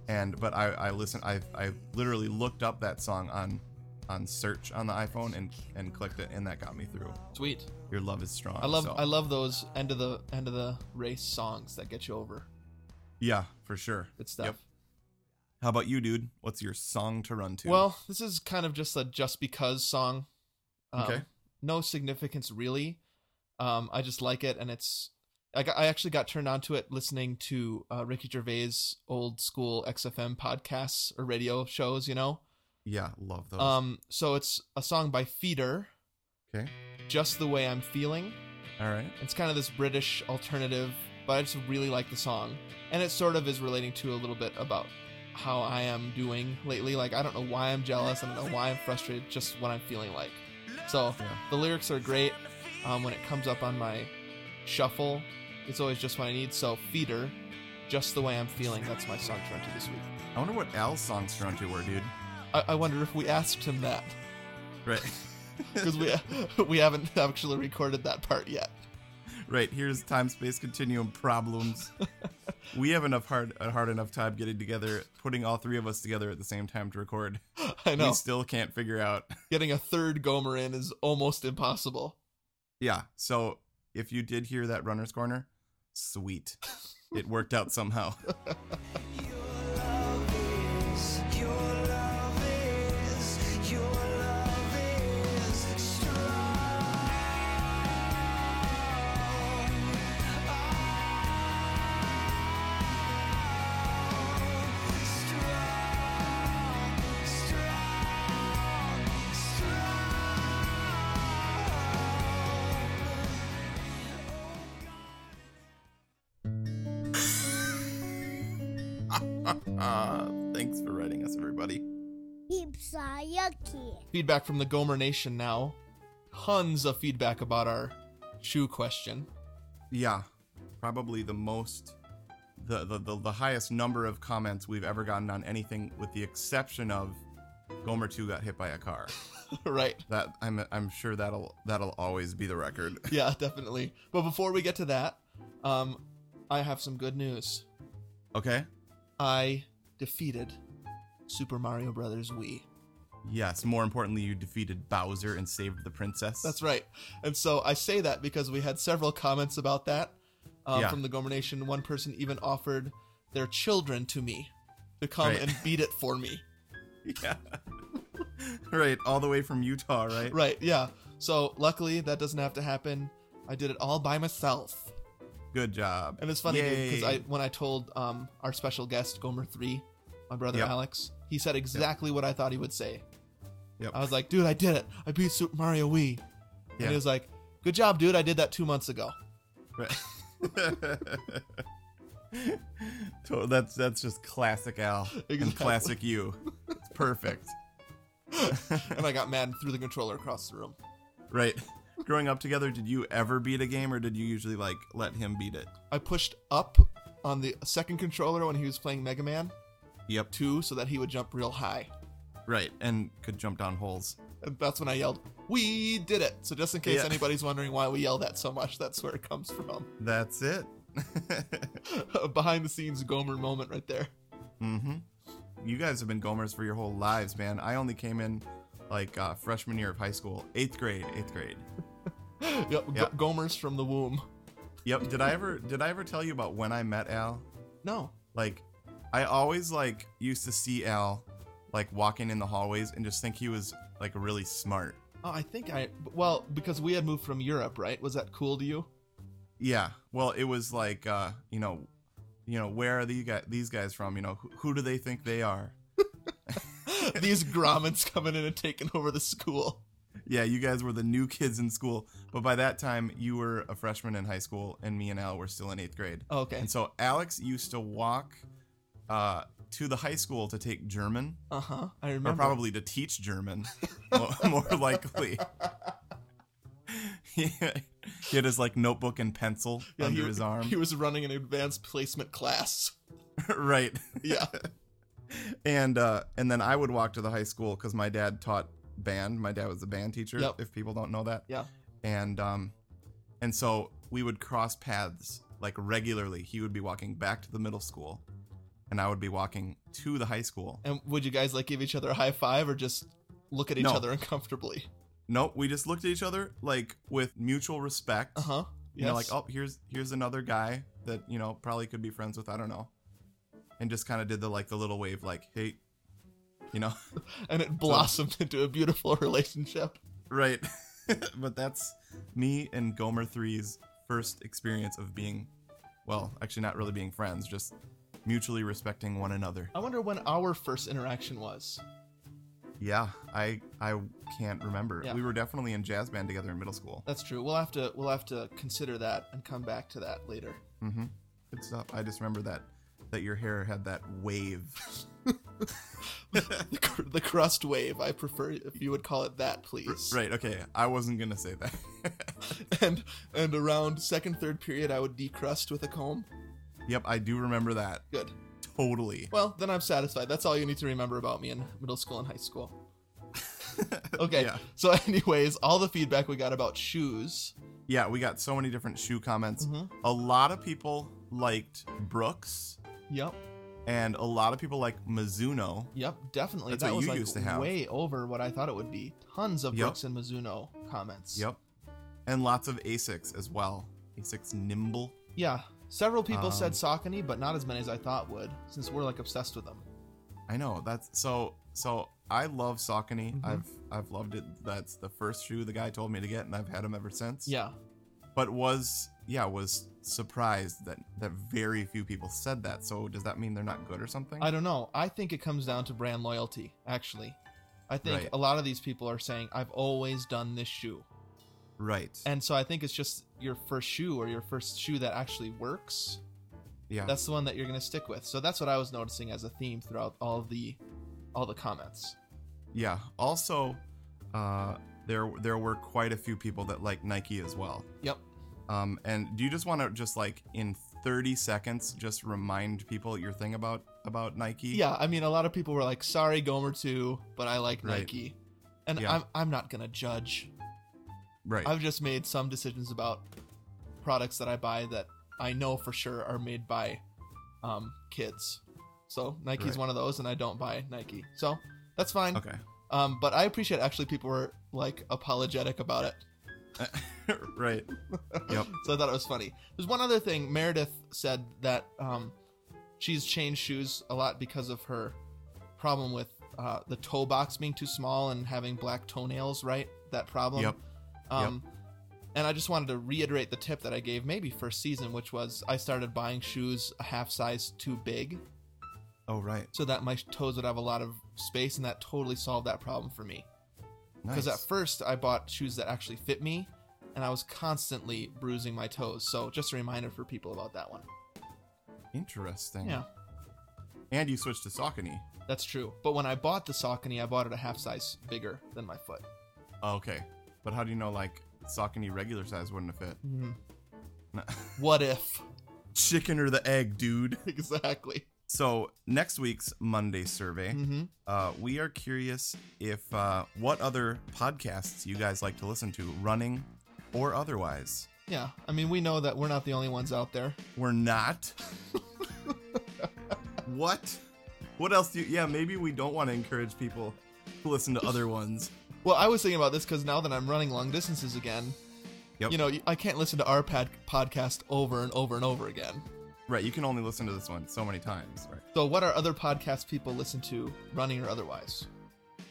and but I I listened I I literally looked up that song on on search on the iPhone and and clicked it, and that got me through.
Sweet.
Your love is strong.
I love
so-
I love those end of the end of the race songs that get you over.
yeah for sure.
Good stuff.
Yep. How about you, dude? What's your song to run to?
Well, this is kind of just a just because song. Um,
Okay.
No significance really. Um, I just like it, and it's. I, got, I actually got turned on to it listening to uh, Ricky Gervais' old school XFM podcasts or radio shows. You know.
yeah, love those.
Um. So it's a song by Feeder,
okay,
just the way I'm feeling.
all right.
It's kind of this British alternative, but I just really like the song. And it sort of is relating to a little bit about how I am doing lately. Like, I don't know why I'm jealous. I don't know why I'm frustrated, just what I'm feeling like. So,
Yeah.
the lyrics are great. Um, when it comes up on my shuffle, it's always just what I need. So, Feeder, Just the Way I'm Feeling, that's my song to run to this week.
I wonder what Al's songs to run to were, dude.
I, I wonder if we asked him that,
Right,
because we, we haven't actually recorded that part yet.
right. Here's time space continuum problems. we have enough hard a hard enough time getting together, putting all three of us together at the same time to record.
I know.
We still can't figure out.
Getting a third Gomer in is almost impossible.
Yeah. So if you did hear that runner's corner, sweet, it worked out somehow. Uh, thanks for writing us, everybody.
Heaps are yucky.
feedback from the Gomer Nation now. Tons of feedback about our shoe question.
Yeah, probably the most, the, the the the highest number of comments we've ever gotten on anything, with the exception of Gomer Two got hit by a car.
right.
That I'm I'm sure that'll that'll always be the record.
Yeah, definitely. But before we get to that, um, I have some good news.
Okay.
I defeated Super Mario Brothers Wii.
Yes. More importantly, you defeated Bowser and saved the princess.
That's right. And so I say that because we had several comments about that um,
Yeah.
from the Gomer Nation. One person even offered their children to me to come
Right.
and beat it for me.
Yeah. right. All the way from Utah. Right.
Right, yeah. So luckily that doesn't have to happen. I did it all by myself.
Good job.
And it's funny because I
Yay.
when I told um, our special guest Gomer three, my brother
Yep.
Alex, he said exactly what I thought he would say.
Yep.
I was like, "Dude, I did it! I beat Super Mario Wii," and
Yeah.
he was like, "Good job, dude! I did that two months ago."
Right. To- that's that's just classic Al
Exactly.
and classic you. It's perfect.
and I got mad and threw the controller across the room.
Right. Growing up together, did you ever beat a game, or did you usually like let him beat it?
I pushed up on the second controller when he was playing Mega Man
Yep.
two, so that he would jump real high.
Right, and could jump down holes.
And that's when I yelled, "We did it!" So just in case
Yeah.
anybody's wondering why we yell that so much, that's where it comes from.
That's it.
Behind the scenes Gomer moment right there.
mm-hmm. You guys have been Gomers for your whole lives, man. I only came in like uh, freshman year of high school, eighth grade, eighth grade.
yep,
Yeah.
Go- Gomer's from the womb.
Yep. Did I ever did I ever tell you about when I met Al?
No.
Like, I always like used to see Al like walking in the hallways and just think he was like really smart.
Oh, I think I. Well, because we had moved from Europe, right? Was that cool to you?
Yeah. Well, it was like uh, you know, you know, where are these guys, these guys from? You know, who, who do they think they are?
These grommets coming in and taking over the school.
Yeah, you guys were the new kids in school, but by that time you were a freshman in high school, and me and Al were still in eighth grade.
Oh, Okay.
And so Alex used to walk uh, to the high school to take German,
Uh huh. I
or
remember.
probably to teach German, mo- more likely. he he had his like notebook and pencil
Yeah,
under
he-
his arm.
He was running an advanced placement class.
right.
Yeah.
and uh, and then I would walk to the high school because my dad taught band. My dad was a band teacher.
Yep.
If people don't know that.
Yeah.
And um, and so we would cross paths like regularly. He would be walking back to the middle school, and I would be walking to the high school.
And would you guys like give each other a high five or just look at each
No.
other uncomfortably?
Nope, we just looked at each other like with mutual respect.
Uh huh.
You know, like oh, here's here's another guy that you know probably could be friends with. I don't know, and just kind of did the like the little wave like hey, you know.
and it blossomed into a beautiful relationship.
Right. but that's me and Gomer 3's first experience of being, well, actually not really being friends, just mutually respecting one another.
I wonder when our first interaction was.
Yeah, I I can't remember.
Yeah.
We were definitely in jazz band together in middle school.
That's true. We'll have to we'll have to consider that and come back to that later.
Mm-hmm. Good stuff. I just remember that that your hair had that wave.
the, cr- the crust wave. I prefer if you would call it that, please.
right. Okay. I wasn't gonna say that.
And and around second third period, I would decrust with a comb.
yep, I do remember that
Good.
totally.
Well, then I'm satisfied. That's all you need to remember about me in middle school and high school. Okay.
Yeah.
So, anyways, all the feedback we got about shoes.
Yeah, we got so many different shoe comments.
Mhm.
A lot of people liked Brooks.
Yep.
and a lot of people like Mizuno.
Yep. Definitely.
That's
that
what
was
you
like
used to have.
way over what I thought it would be. Tons of
Yep.
Brooks and Mizuno comments.
Yep. And lots of Asics as well. Asics Nimble.
Yeah. Several people
Um,
said Saucony, but not as many as I thought would, since we're like obsessed with them.
I know that's so so I love Saucony.
Mhm.
I've I've loved it. That's the first shoe the guy told me to get and I've had him ever since.
Yeah.
But was yeah, was surprised that that very few people said that. So does that mean they're not good or something?
I don't know. I think it comes down to brand loyalty, actually. I think
Right.
a lot of these people are saying, I've always done this shoe.
right.
And so I think it's just your first shoe or your first shoe that actually works.
yeah.
That's the one that you're going to stick with. So that's what I was noticing as a theme throughout all the all the comments.
Yeah. Also, uh there there were quite a few people that like Nike as well.
Yep.
Um, and do you just want to just like in 30 seconds just remind people your thing about about Nike?
Yeah, I mean a lot of people were like, "Sorry Gomer 2, but I like
Right.
Nike." And
Yeah.
I'm I'm not going to judge.
Right.
I've just made some decisions about products that I buy that I know for sure are made by um, kids. So Nike's
Right.
one of those, and I don't buy Nike. So that's fine.
okay.
Um, but I appreciate actually people were like apologetic about it.
right. Yep.
So I thought it was funny. There's one other thing. Meredith said that um, she's changed shoes a lot because of her problem with uh, the toe box being too small and having black toenails, right? That problem.
Yep.
Um, And I just wanted to reiterate the tip that I gave maybe first season, which was I started buying shoes a half size too big
Oh right.
so that my toes would have a lot of space, and that totally solved that problem for me. Because
Nice.
at first I bought shoes that actually fit me, and I was constantly bruising my toes. So just a reminder for people about that one.
Interesting.
Yeah,
And you switched to Saucony.
that's true. But when I bought the Saucony, I bought it a half size bigger than my foot.
Oh, okay. But how do you know like Saucony regular size wouldn't have fit?
Hmm.
No.
What if?
Chicken or the egg, dude.
exactly.
So next week's Monday survey,
hmm
uh, we are curious if uh, what other podcasts you guys like to listen to, running or otherwise.
Yeah, I mean we know that we're not the only ones out there.
We're not. what? What else do you? Yeah, maybe we don't want to encourage people to listen to other ones.
Well, I was thinking about this because now that I'm running long distances again,
Yep.
you know I can't listen to our pad- podcast over and over and over again.
Right, you can only listen to this one so many times. Right.
So what are other podcasts people listen to, running or otherwise?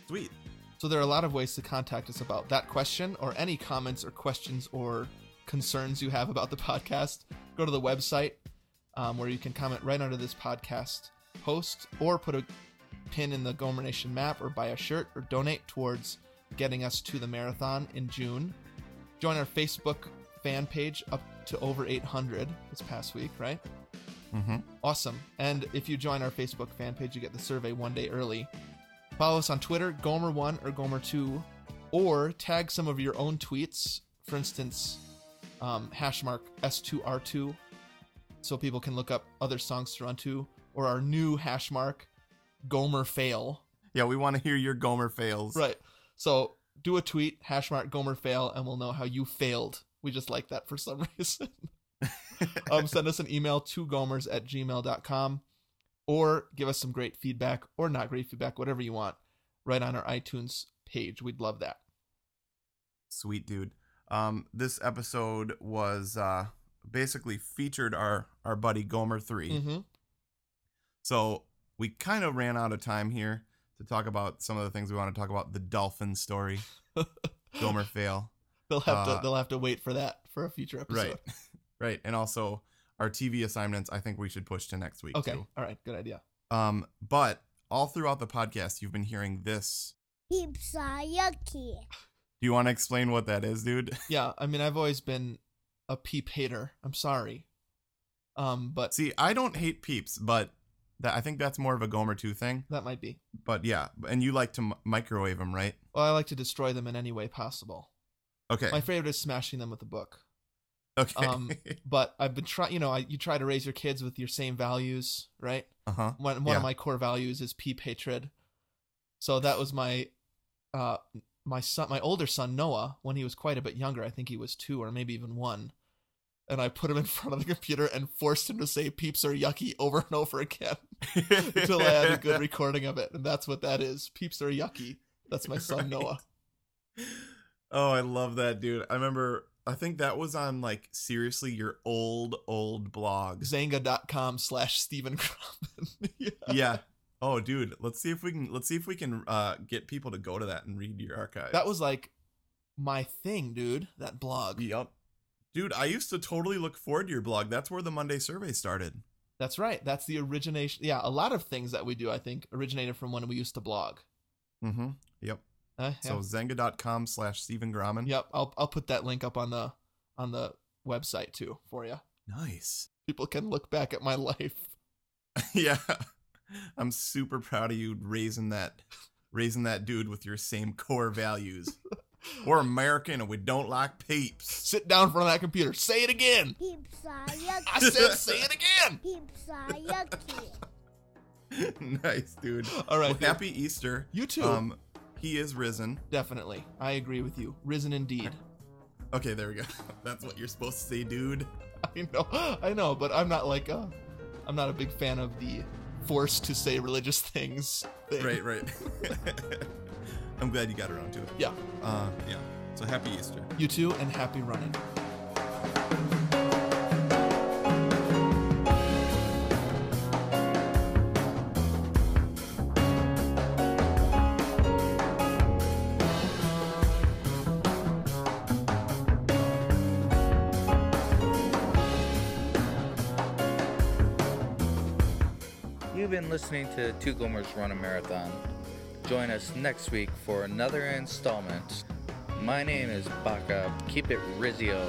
Sweet.
So there are a lot of ways to contact us about that question or any comments or questions or concerns you have about the podcast. Go to the website um, where you can comment right under this podcast post or put a pin in the Gomer Nation map or buy a shirt or donate towards getting us to the marathon in June. Join our Facebook fan page up to over 800 this past week, right?
Mm-hmm.
Awesome. And if you join our Facebook fan page, you get the survey one day early. Follow us on Twitter, Gomer1 or Gomer2, or tag some of your own tweets, for instance, um, hash mark S2R2, so people can look up other songs to run to, or our new hash mark, Gomer Fail.
Yeah, we want to hear your Gomer fails.
Right. So do a tweet, hash mark Gomer fail, and we'll know how you failed. We just like that for some reason. um, send us an email to gomers at gmail.com or give us some great feedback or not great feedback, whatever you want, right on our iTunes page. We'd love that.
Sweet dude. Um, this episode was uh, basically featured our our buddy Gomer 3
Mm-hmm.
So we kind of ran out of time here to talk about some of the things we want to talk about. The dolphin story, Gomer fail,
They'll have to
Uh,
they'll have to wait for that for a future episode.
right, right, and also our TV assignments. I think we should push to next week.
Okay.
Too.
All right. Good idea.
Um, but all throughout the podcast, you've been hearing this.
Heaps are yucky.
Do you want to explain what that is, dude?
Yeah. I mean, I've always been a peep hater. I'm sorry. Um, but
See, I don't hate peeps, but that I think that's more of a Gomer two thing.
that might be.
But yeah, and you like to m- microwave them, right?
Well, I like to destroy them in any way possible.
Okay.
My favorite is smashing them with a book.
okay.
Um, but I've been trying, you know, I, you try to raise your kids with your same values, right?
uh huh.
One, one
Yeah.
of my core values is peep hatred. So that was my, uh, my son, my older son Noah, when he was quite a bit younger, I think he was two or maybe even one, and I put him in front of the computer and forced him to say "peeps are yucky" over and over again until I had a good recording of it, and that's what that is. Peeps are yucky. That's my son
Right.
Noah.
Oh, I love that, dude. I remember. I think that was on like seriously your old old blog.
Zanga.com slash Stephen Crumman. yeah.
yeah. Oh, dude. Let's see if we can. Let's see if we can uh, get people to go to that and read your archive.
That was like my thing, dude. That blog.
Yup. Dude, I used to totally look forward to your blog. That's where the Monday survey started.
That's right. That's the origination. Yeah, a lot of things that we do, I think, originated from when we used to blog.
Mm-hmm. Yep.
Uh, yeah.
So zenga.com slash Stephen Graham.
yep. I'll I'll put that link up on the on the website too for you.
Nice.
People can look back at my life.
yeah. I'm super proud of you raising that raising that dude with your same core values. We're American and we don't like peeps.
Sit down in front of that computer. Say it again.
Heaps are
I
yucky.
said, say it again.
Heaps are yucky.
nice, dude.
All right,
Well, Um,
dude.
happy Easter.
You too.
he is risen.
Definitely, I agree with you. Risen indeed.
Okay, there we go. That's what you're supposed to say, dude.
I know, I know, but I'm not like a, I'm not a big fan of the forced to say religious things. Thing.
Right, right. I'm glad you got around to it.
Yeah.
Uh, yeah. So happy Easter.
You too, and happy running.
You've been listening to Two Gomers Run a Marathon. Join us next week for another installment. My name is Baka. Keep it Rizio.